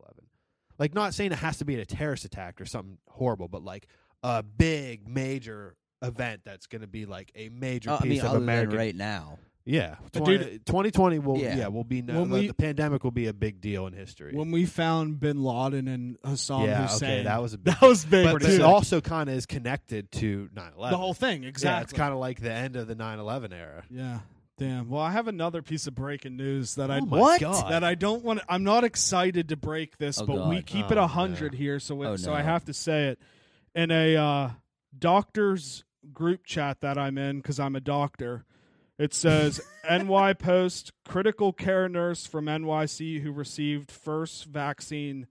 Speaker 4: Like, not saying it has to be a terrorist attack or something horrible, but like a big major event that's going to be like a major
Speaker 3: Oh, I
Speaker 4: piece
Speaker 3: mean,
Speaker 4: of
Speaker 3: other than
Speaker 4: American.
Speaker 3: right now.
Speaker 4: Yeah,
Speaker 5: But
Speaker 4: 20, 2020 will
Speaker 3: Yeah.
Speaker 4: yeah, will be no,
Speaker 5: When
Speaker 4: the,
Speaker 5: we-
Speaker 4: the pandemic will be a big deal in history.
Speaker 5: when we found Bin Laden and Hassan
Speaker 4: yeah,
Speaker 5: Hussein.
Speaker 4: okay, that was a big
Speaker 5: that was big.
Speaker 4: but, but
Speaker 5: too.
Speaker 4: it also kind of is connected to 9-11.
Speaker 5: the whole thing,
Speaker 4: Yeah, it's
Speaker 5: exactly.
Speaker 4: kind of like the end of the 9-11 era.
Speaker 5: Yeah. Damn. Well, I have another piece of breaking news that I
Speaker 4: Oh my
Speaker 3: What?
Speaker 4: God.
Speaker 5: that I don't want. I'm not excited to break this,
Speaker 3: Oh,
Speaker 5: but we
Speaker 3: God.
Speaker 5: keep
Speaker 4: Oh,
Speaker 5: it
Speaker 4: no.
Speaker 5: a hundred here, so it,
Speaker 3: Oh,
Speaker 5: so I
Speaker 3: no.
Speaker 5: have to say it. In a uh, doctor's group chat that I'm in because I'm a doctor, it says NY Post critical care nurse from NYC who received first vaccine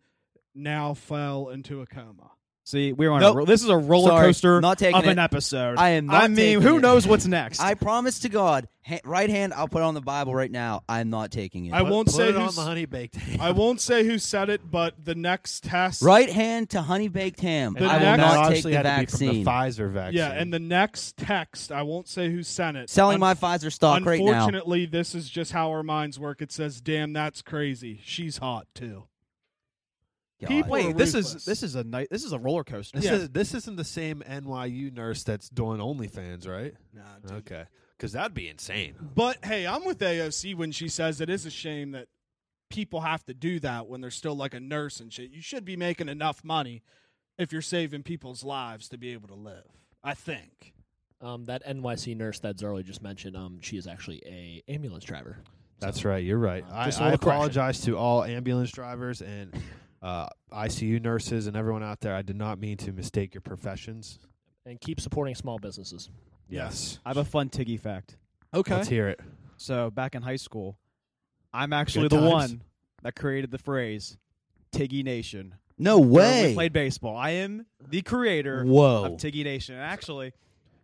Speaker 5: now fell into a coma.
Speaker 6: See, we're on
Speaker 3: Nope.
Speaker 6: a ro- this is a roller
Speaker 3: Sorry,
Speaker 6: coaster
Speaker 3: not taking
Speaker 6: of an
Speaker 3: it.
Speaker 6: episode.
Speaker 3: I am not
Speaker 6: I mean,
Speaker 3: taking
Speaker 6: who
Speaker 3: it.
Speaker 6: knows what's next?
Speaker 3: I promise to God, ha- right hand, I'll put on the Bible right now. I'm not taking it.
Speaker 5: I
Speaker 4: Put-
Speaker 5: won't
Speaker 4: put
Speaker 5: say
Speaker 4: it on
Speaker 5: who's
Speaker 4: the honey baked.
Speaker 5: I won't say who said it, but the next test
Speaker 3: right hand to honey baked ham.
Speaker 5: The
Speaker 3: I will
Speaker 5: next-
Speaker 3: not take
Speaker 4: honestly
Speaker 3: the
Speaker 4: had to be
Speaker 3: vaccine.
Speaker 4: from the Pfizer vaccine.
Speaker 5: Yeah, and the next text, I won't say who sent it.
Speaker 3: Selling
Speaker 5: Un-
Speaker 3: my Pfizer stock right now.
Speaker 5: Unfortunately, this is just how our minds work. It says, "Damn, that's crazy. She's hot too."
Speaker 3: God.
Speaker 5: people-
Speaker 6: Wait, this is
Speaker 5: Ruthless.
Speaker 6: this is a night. This is a roller coaster.
Speaker 4: this,
Speaker 5: Yeah.
Speaker 4: is, this isn't the same NYU nurse that's doing OnlyFans, right?
Speaker 5: Nah,
Speaker 4: Okay, because that'd be insane.
Speaker 5: But hey, I'm with AOC when she says it is a shame that people have to do that when they're still like a nurse and shit. You should be making enough money if you're saving people's lives to be able to live. I think.
Speaker 1: Um, that NYC nurse that Zarly just mentioned, um, she is actually a ambulance driver.
Speaker 4: That's right. You're right. I,
Speaker 1: Just a
Speaker 4: I
Speaker 1: little correction.
Speaker 4: apologize to all ambulance drivers and uh, ICU nurses and everyone out there. I did not mean to mistake your professions.
Speaker 1: And keep supporting small businesses.
Speaker 4: Yes.
Speaker 6: I have a fun Tiggy fact.
Speaker 5: Okay.
Speaker 4: Let's hear it.
Speaker 6: So back in high school, I'm actually
Speaker 4: Good
Speaker 6: the
Speaker 4: times.
Speaker 6: one that created the phrase "Tiggy Nation."
Speaker 3: no
Speaker 6: where We
Speaker 3: way.
Speaker 6: played baseball. I am the creator
Speaker 3: Whoa.
Speaker 6: of Tiggy Nation. And actually,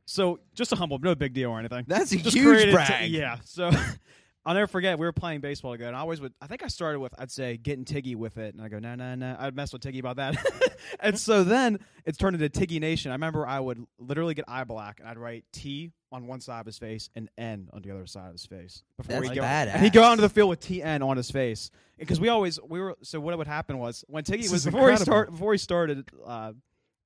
Speaker 6: so just a humble, no big deal or anything.
Speaker 3: That's a
Speaker 6: just
Speaker 3: huge
Speaker 6: created
Speaker 3: brag.
Speaker 6: Ti- yeah. So I'll never forget. We were playing baseball together, and I always would. I think I started with I'd say getting Tiggy with it, and I go no no no. I'd mess with Tiggy about that, and so then it's turned into Tiggy Nation. I remember I would literally get eye black, and I'd write T on one side of his face and N on the other side of his face before
Speaker 3: That's
Speaker 6: he'd go.
Speaker 3: badass.
Speaker 6: And he'd go onto the field with TN on his face because we always we were. So what would happen was when Tiggy
Speaker 5: This is
Speaker 6: was before he
Speaker 5: incredible.
Speaker 6: start before he started. Uh,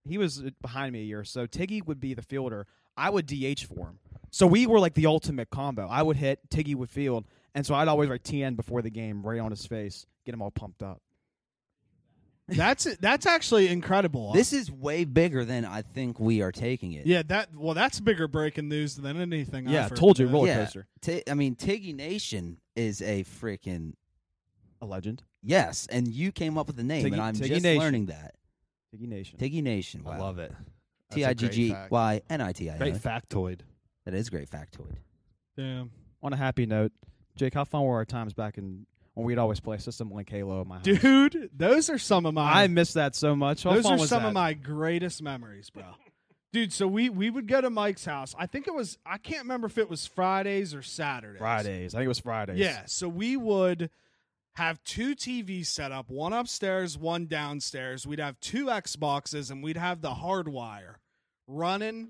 Speaker 6: he was behind me a year, so Tiggy would be the fielder. I would DH for him. So we were like the ultimate combo. I would hit, Tiggy would field, and so I'd always write TN before the game, right on his face, get him all pumped up.
Speaker 5: That's that's actually incredible.
Speaker 3: This is way bigger than I think we are taking it.
Speaker 5: yeah, that well, that's bigger breaking news than anything. I've heard today.
Speaker 3: roller Yeah. coaster. Ti- I mean, Tiggy Nation is a freaking
Speaker 6: A legend.
Speaker 3: yes, and you came up with the name,
Speaker 6: Tiggy-
Speaker 3: and I'm
Speaker 6: Tiggy
Speaker 3: just
Speaker 6: Nation.
Speaker 3: learning that
Speaker 6: Tiggy Nation.
Speaker 3: Tiggy Nation. Wow.
Speaker 4: I love it. That's
Speaker 3: T
Speaker 4: a
Speaker 3: i
Speaker 4: great
Speaker 3: g g
Speaker 4: fact.
Speaker 3: y n i t i.
Speaker 4: Great
Speaker 3: O.
Speaker 4: factoid.
Speaker 3: That is a great factoid.
Speaker 5: Damn.
Speaker 6: on a happy note, Jake, how fun were our times back in when we'd always play System Link Halo at my house?
Speaker 5: Dude, those are some of my
Speaker 6: I miss that so much. How
Speaker 5: Those
Speaker 6: fun
Speaker 5: are
Speaker 6: was
Speaker 5: some
Speaker 6: that?
Speaker 5: of my greatest memories, bro. Dude, so we we would go to Mike's house. I think it was I can't remember if it was Fridays or Saturdays.
Speaker 6: Fridays. I think it was Fridays.
Speaker 5: Yeah, so we would have two TVs set up, one upstairs, one downstairs. We'd have two Xboxes and we'd have the hardwire running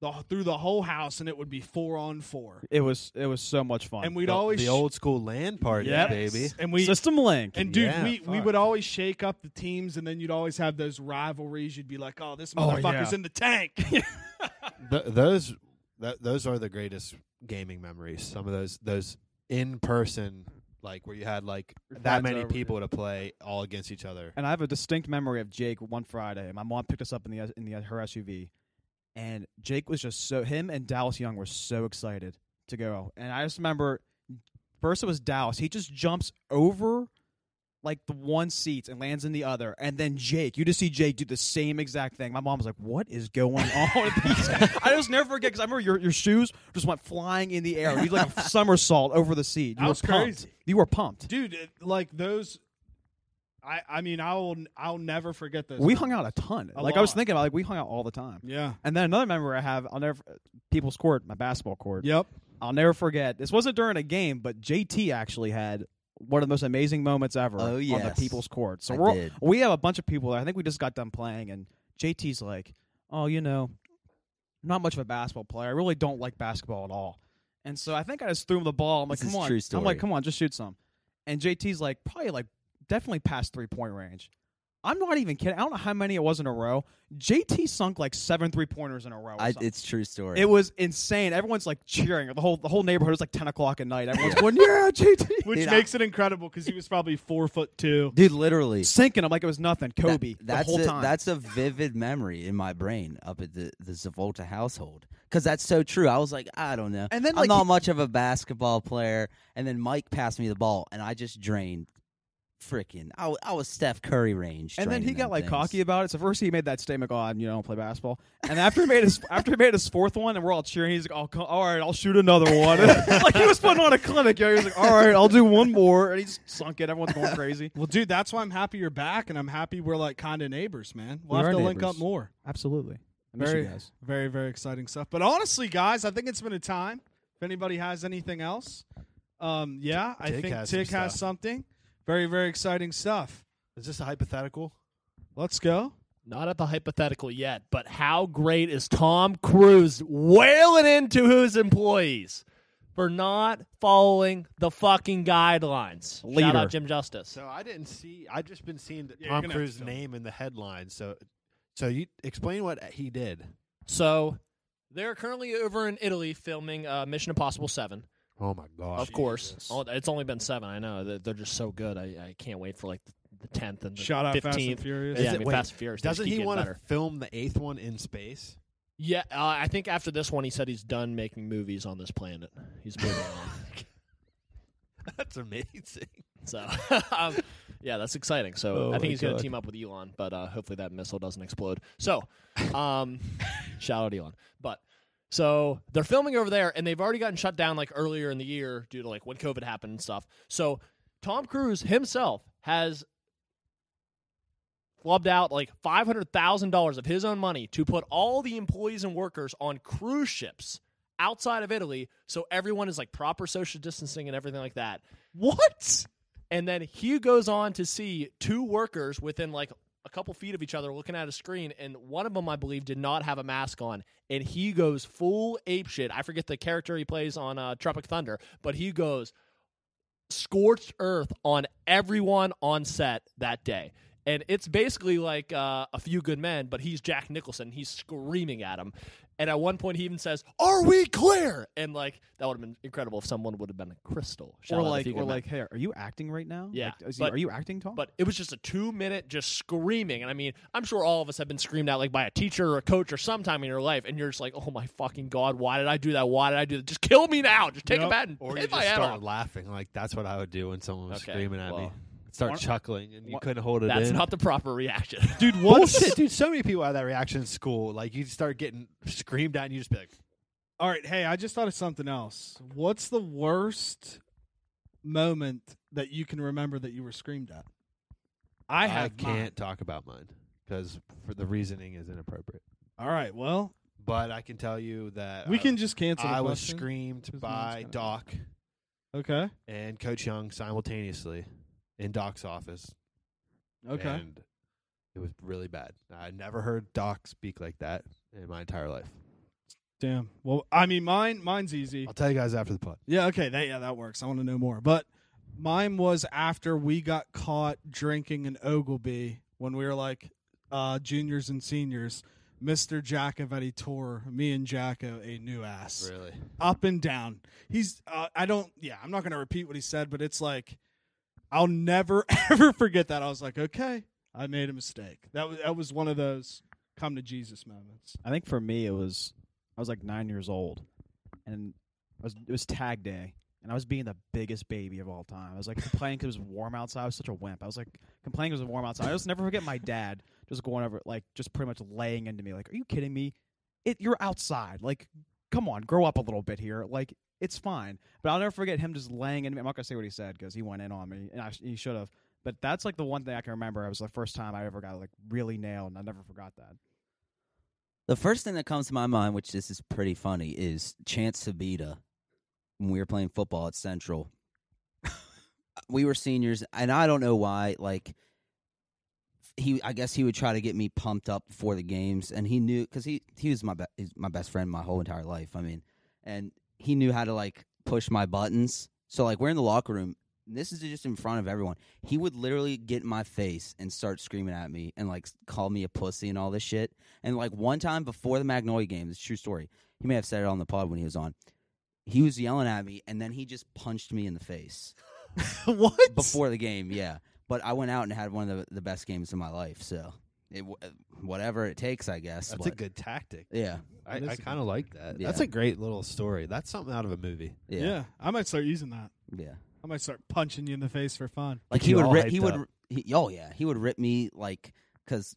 Speaker 5: the, through the whole house and it would be 4 on 4.
Speaker 6: It was it was so much fun.
Speaker 5: And we'd
Speaker 4: the,
Speaker 5: always
Speaker 4: the old school land party,
Speaker 6: Yes.
Speaker 4: baby.
Speaker 5: and we
Speaker 6: System Link.
Speaker 5: and dude,
Speaker 4: Yeah,
Speaker 5: we, we
Speaker 4: fuck.
Speaker 5: would always shake up the teams, and then you'd always have those rivalries. You'd be like, "Oh, this
Speaker 6: Oh, yeah.
Speaker 5: motherfucker's in the tank."
Speaker 4: Th- those th- those are the greatest gaming memories. Some of those those in person, like where you had like that
Speaker 6: Friends
Speaker 4: many
Speaker 6: over.
Speaker 4: people to play all against each other.
Speaker 6: And I have a distinct memory of Jake one Friday. My mom picked us up in the in the her SUV, and Jake was just so him and Dallas Young were so excited to go. And I just remember first it was Dallas. He just jumps over like the one seat and lands in the other, and then Jake, you just see Jake do the same exact thing. My mom was like, "What is going on?" with these guys?" I just never forget because I remember your your shoes just went flying in the air. You did like a somersault over the seat. You
Speaker 5: That
Speaker 6: were
Speaker 5: was
Speaker 6: pumped.
Speaker 5: crazy.
Speaker 6: You were pumped.
Speaker 5: dude. It, like those, I I mean, I will I'll never forget those.
Speaker 6: We hung out a ton.
Speaker 5: A
Speaker 6: like I was
Speaker 5: lot.
Speaker 6: thinking about, like we hung out all the time.
Speaker 5: Yeah.
Speaker 6: And then another memory I have, I'll never people's court, my basketball court.
Speaker 5: Yep.
Speaker 6: I'll never forget. This wasn't during a game, but JT actually had one of the most amazing moments ever
Speaker 3: Oh,
Speaker 6: on the
Speaker 3: yes.
Speaker 6: people's court. So
Speaker 3: I
Speaker 6: we're,
Speaker 3: did.
Speaker 6: we have a bunch of people there. I think we just got done playing, and JT's like, "Oh, you know, I'm not much of a basketball player. I really don't like basketball at all." And so I think I just threw him the ball. I'm like,
Speaker 3: This is
Speaker 6: "Come on!"
Speaker 3: true
Speaker 6: I'm like,
Speaker 3: story.
Speaker 6: "Come on, just shoot some." And JT's like, "Probably like definitely past three point range." I'm not even kidding. I don't know how many it was in a row. JT sunk like seven three pointers in a row. or
Speaker 3: I,
Speaker 6: something.
Speaker 3: it's true story.
Speaker 6: It was insane. Everyone's like cheering. The whole the whole neighborhood was like ten o'clock at night. Everyone's going, "Yeah, JT,
Speaker 5: Which
Speaker 3: Dude, I-
Speaker 5: makes it incredible because he was probably four foot two.
Speaker 3: dude, literally.
Speaker 6: sinking." I'm like, it was nothing. Kobe
Speaker 3: That- that's
Speaker 6: the whole
Speaker 3: a,
Speaker 6: time.
Speaker 3: That's a vivid memory in my brain up at the the Zavolta household because that's so true. I was like, I don't know,
Speaker 6: And then,
Speaker 3: I'm
Speaker 6: like,
Speaker 3: not
Speaker 6: he-
Speaker 3: much of a basketball player. And then Mike passed me the ball, and I just drained. Freaking, I, w- I was Steph Curry range.
Speaker 6: and then he
Speaker 3: draining
Speaker 6: got
Speaker 3: them
Speaker 6: like
Speaker 3: things.
Speaker 6: cocky about it. So first he made that statement, "God, you know, I don't play basketball." And after he made his after he made his fourth one, and we're all cheering, he's like, "Oh, co- all right, I'll shoot another one." like he was putting on a clinic. Yo, he was like, "All right, I'll do one more," and he just sunk it. Everyone's going crazy.
Speaker 5: Well, dude, that's why I'm happy you're back, and I'm happy we're like kind of neighbors, man. We'll
Speaker 6: We
Speaker 5: have
Speaker 6: are
Speaker 5: to link
Speaker 6: neighbors.
Speaker 5: up more.
Speaker 6: Absolutely, I miss
Speaker 5: Very,
Speaker 6: you guys.
Speaker 5: very, very exciting stuff. But honestly, guys, I think it's been a time. If anybody has anything else, um, yeah, I
Speaker 4: Tick
Speaker 5: think
Speaker 4: has some
Speaker 5: Tick has
Speaker 4: stuff.
Speaker 5: something. Very, very exciting stuff.
Speaker 4: Is this a hypothetical?
Speaker 5: Let's go.
Speaker 1: Not at the hypothetical yet, but how great is Tom Cruise wailing into his employees for not following the fucking guidelines? Shout
Speaker 6: Leader.
Speaker 1: out Jim Justice.
Speaker 4: So I didn't see. I've just been seeing the
Speaker 5: Yeah, you're
Speaker 4: Tom
Speaker 5: gonna have to
Speaker 4: Cruise's
Speaker 5: tell me.
Speaker 4: name in the headlines. So, so you explain what he did.
Speaker 1: So they're currently over in Italy filming uh, Mission Impossible Seven.
Speaker 4: Oh my gosh!
Speaker 1: of course, oh, it's only been seven. I know They're- they're just so good. I, I can't wait for like the tenth and the
Speaker 5: Shout out Fast and
Speaker 1: fifteenth.
Speaker 5: Furious.
Speaker 4: Is
Speaker 1: Yeah, I
Speaker 4: it-
Speaker 1: mean,
Speaker 4: wait,
Speaker 1: Fast and Furious. they just
Speaker 4: Doesn't
Speaker 1: keep
Speaker 4: he
Speaker 1: getting
Speaker 4: want to
Speaker 1: better.
Speaker 4: film the eighth one in space?
Speaker 1: Yeah, uh, I think after this one, he said he's done making movies on this planet. He's moving on.
Speaker 4: That's amazing.
Speaker 1: So, um, yeah, that's exciting. So
Speaker 4: Oh
Speaker 1: I
Speaker 4: my
Speaker 1: think he's going
Speaker 4: God.
Speaker 1: to team up with Elon, but uh, hopefully that missile doesn't explode. So, um, shout out Elon. But so they're filming over there, and they've already gotten shut down like earlier in the year due to like when COVID happened and stuff. So Tom Cruise himself has flubbed out like five hundred thousand dollars of his own money to put all the employees and workers on cruise ships outside of Italy, so everyone is like proper social distancing and everything like that. What? And then Hugh goes on to see two workers within like a couple feet of each other looking at a screen, and one of them, I believe, did not have a mask on. And he goes full apeshit. I forget the character he plays on uh, Tropic Thunder, but he goes scorched earth on everyone on set that day. And it's basically like uh, a few good men, but he's Jack Nicholson. He's screaming at him. And at one point, he even says, Are we clear? And like, that would have been incredible if someone would have been a crystal. Shout
Speaker 6: Or
Speaker 1: out a
Speaker 6: like,
Speaker 1: Few Good
Speaker 6: or
Speaker 1: Men.
Speaker 6: like, hey, are you acting right now?
Speaker 1: Yeah,
Speaker 6: Like, is-
Speaker 1: but-
Speaker 6: are you acting, Tom?
Speaker 1: But it was just a two minute just screaming. And I mean, I'm sure all of us have been screamed at like by a teacher or a coach or sometime in your life. And you're just like, oh my fucking God, why did I do that? Why did I do that? Just kill me now. Just take
Speaker 5: Yep.
Speaker 1: a bat and
Speaker 4: Or you
Speaker 1: hit
Speaker 4: just
Speaker 1: my head
Speaker 4: start
Speaker 1: off.
Speaker 4: laughing. Like that's what I would do when someone was
Speaker 1: Okay,
Speaker 4: screaming at me.
Speaker 1: well.
Speaker 4: Start
Speaker 6: One-
Speaker 4: chuckling, and you
Speaker 6: one-
Speaker 4: couldn't hold it
Speaker 1: That's
Speaker 4: in.
Speaker 1: not the proper reaction.
Speaker 5: Dude, once
Speaker 4: Bullshit, dude! So many people had that reaction in school. Like you start getting screamed at, and you just be like,
Speaker 5: All right, hey, I just thought of something else. What's the worst moment that you can remember that you were screamed at? I have mine.
Speaker 4: can't talk about mine because for the reasoning is inappropriate.
Speaker 5: All right, well,
Speaker 4: But I can tell you that
Speaker 5: we
Speaker 4: I-
Speaker 5: can just cancel. the
Speaker 4: I was
Speaker 5: question.
Speaker 4: screamed
Speaker 5: His
Speaker 4: by
Speaker 5: name's gonna-
Speaker 4: Doc
Speaker 5: Okay,
Speaker 4: and Coach Young simultaneously in Doc's office.
Speaker 5: okay.
Speaker 4: And it was really bad. I never heard Doc speak like that in my entire life.
Speaker 5: Damn. Well, I mean, mine, mine's easy.
Speaker 4: I'll tell you guys after the pod.
Speaker 5: Yeah, okay, that yeah, that works. I want to know more. But mine was after we got caught drinking an Ogilby when we were like uh, juniors and seniors. Mr. Jacovetti tore me and Jacko a new ass.
Speaker 4: Really?
Speaker 5: up and down. He's uh, I don't yeah, I'm not going to repeat what he said, but it's like I'll never ever forget that. I was like, okay, I made a mistake. That was that was one of those come to Jesus moments.
Speaker 6: I think for me it was I was like nine years old, and I was it was tag day, and I was being the biggest baby of all time. I was like complaining 'cause it was warm outside. I was such a wimp. I was like complaining 'cause it was warm outside. I just never forget my dad just going over like just pretty much laying into me like, "Are you kidding me? It you're outside. Like, come on, grow up a little bit here. Like, it's fine." But I'll never forget him just laying into me. I'm not gonna say what he said 'cause he went in on me, and I sh- he should have. But that's like the one thing I can remember. It was the first time I ever got like really nailed, and I never forgot that.
Speaker 3: The first thing that comes to my mind, which this is pretty funny, is Chance Sabita. When we were playing football at Central, we were seniors, and I don't know why. Like he, I guess he would try to get me pumped up for the games, and he knew because he he was my be- he's my best friend my whole entire life. I mean, and he knew how to like push my buttons. So like we're in the locker room. and This is just in front of everyone. He would literally get in my face and start screaming at me and like call me a pussy and all this shit. And like one time before the Magnolia game, it's a true story. He may have said it on the pod when he was on. He was yelling at me, and then he just punched me in the face
Speaker 6: what?
Speaker 3: before the game. Yeah, but I went out and had one of the, the best games of my life. So, it, w- whatever it takes, I guess.
Speaker 4: That's a
Speaker 3: but-
Speaker 4: good tactic.
Speaker 3: Yeah,
Speaker 4: I,
Speaker 5: That is
Speaker 4: I
Speaker 5: a good
Speaker 4: kind of like that.
Speaker 3: Yeah.
Speaker 4: That's a great little story. That's something out of a movie.
Speaker 3: yeah, yeah.
Speaker 5: yeah, I might start using that. I might start punching you in the face for fun.
Speaker 3: Like
Speaker 4: Get
Speaker 3: he
Speaker 4: you
Speaker 3: would,
Speaker 4: all
Speaker 3: rip, he
Speaker 4: hyped
Speaker 3: would,
Speaker 4: up.
Speaker 3: r- he, oh yeah, he would rip me like because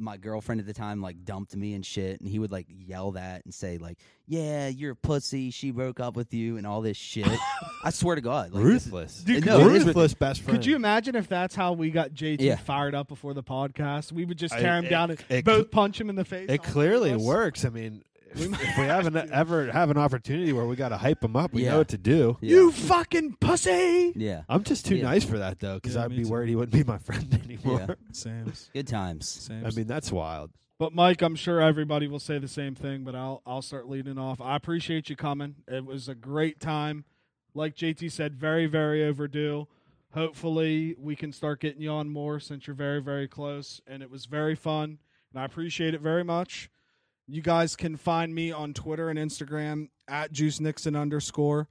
Speaker 3: my girlfriend at the time like dumped me and shit, and he would like yell that and say like, "Yeah, you're a pussy. She broke up with you," and all this shit. I swear to God, like, this is-
Speaker 4: ruthless.
Speaker 5: Dude,
Speaker 3: No, it is
Speaker 4: ruthless best friend.
Speaker 5: Could you imagine if that's how we got JT
Speaker 3: Yeah.
Speaker 5: fired up before the podcast? We would just
Speaker 4: I-
Speaker 5: tear him
Speaker 4: it-
Speaker 5: down and
Speaker 4: it-
Speaker 5: both punch him in the face.
Speaker 4: It
Speaker 5: All
Speaker 4: clearly
Speaker 5: three of us.
Speaker 4: works. I mean, if if we haven't ever have an opportunity where we got to hype them up, we
Speaker 3: Yeah.
Speaker 4: know what to do.
Speaker 3: yeah,
Speaker 5: You fucking pussy.
Speaker 3: yeah,
Speaker 4: I'm just too
Speaker 3: Yeah.
Speaker 4: nice for that though, because
Speaker 5: Yeah,
Speaker 4: I'd
Speaker 5: me
Speaker 4: be
Speaker 5: too.
Speaker 4: worried he wouldn't be my friend anymore.
Speaker 3: Yeah.
Speaker 5: Sam's.
Speaker 3: good times.
Speaker 5: Sam's.
Speaker 4: I mean, that's wild.
Speaker 5: But Mike, I'm sure everybody will say the same thing, but I'll I'll start leading off. I appreciate you coming. It was a great time. Like JT said, very, very overdue. Hopefully we can start getting you on more since you're very, very close. And it was very fun. And I appreciate it very much. You guys can find me on Twitter and Instagram at Juice Nixon underscore.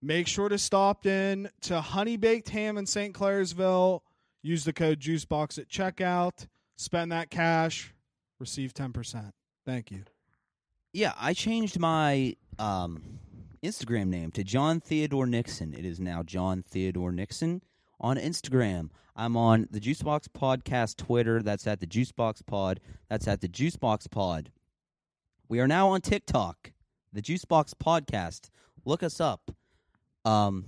Speaker 5: Make sure to stop in to Honey Baked Ham in St. Clairsville. Use the code JuiceBox at checkout. Spend that cash receive 10%. Thank you.
Speaker 3: Yeah, I changed my um, Instagram name to John Theodore Nixon. It is now John Theodore Nixon on Instagram. I'm on the Juicebox Podcast Twitter. That's at the Juicebox Pod. That's at the Juicebox Pod. We are now on TikTok, the Juicebox Podcast. Look us up. Um,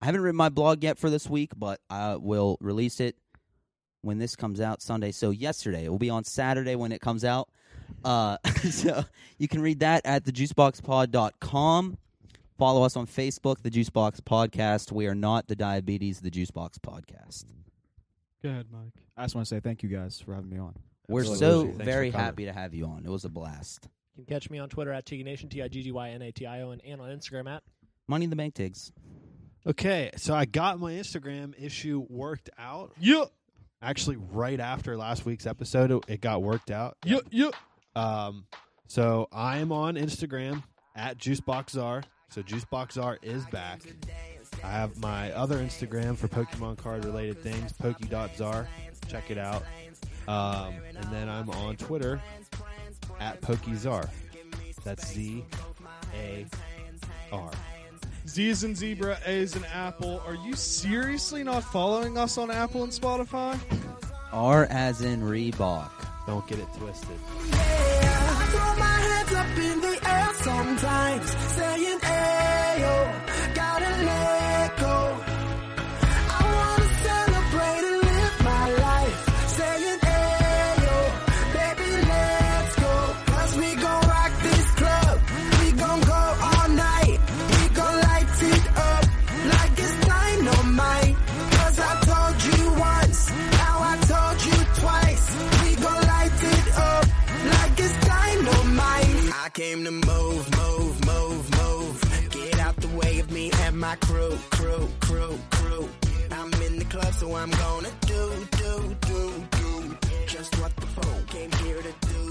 Speaker 3: I haven't written my blog yet for this week, but I will release it when this comes out Sunday. So yesterday, it will be on Saturday when it comes out. Uh, so you can read that at thejuiceboxpod.com. Follow us on Facebook, The Juice Box Podcast. We are not the Diabetes, The Juice Box Podcast.
Speaker 5: Go ahead, Mike.
Speaker 6: I just want to say thank you guys for having me on.
Speaker 3: We're
Speaker 4: Absolutely.
Speaker 3: so
Speaker 4: Thanks
Speaker 3: very
Speaker 4: for coming.
Speaker 3: happy to have you on. It was a blast.
Speaker 1: You can catch me on Twitter at Tiggy Nation, T I G G Y N A T I O N, and on Instagram at
Speaker 3: Money in the Bank Tigs.
Speaker 4: Okay, so I got my Instagram issue worked out.
Speaker 5: Yeah,
Speaker 4: Actually, right after last week's episode, it- it got worked out.
Speaker 5: yeah, yeah.
Speaker 4: Um, so I am on Instagram at JuiceBoxZar. So JuiceBoxZar is back. I have my other Instagram for Pokemon card related things, Pokey.Czar. Check it out. Um, and then I'm on Twitter at PokeZar. That's Z A R.
Speaker 5: Z is in zebra, A is in apple. Are you seriously not following us on Apple and Spotify?
Speaker 3: R as in Reebok.
Speaker 4: Don't get it twisted.
Speaker 7: I throw my hands up in the air sometimes, saying, Ayo, gotta let go. I wanna celebrate and live my life, saying, Ayo, baby, let's go. Cause we gon' rock this club, we gon' go all night, we gon' light it up like it's dynamite. Cause I told you once, now I told you twice, we gon' light it up like it's dynamite. I came to move, move, move, move. Get out the way of me and my crew, crew, crew, crew. I'm in the club, so I'm gonna do, do, do, do. Just what the phone came here to do,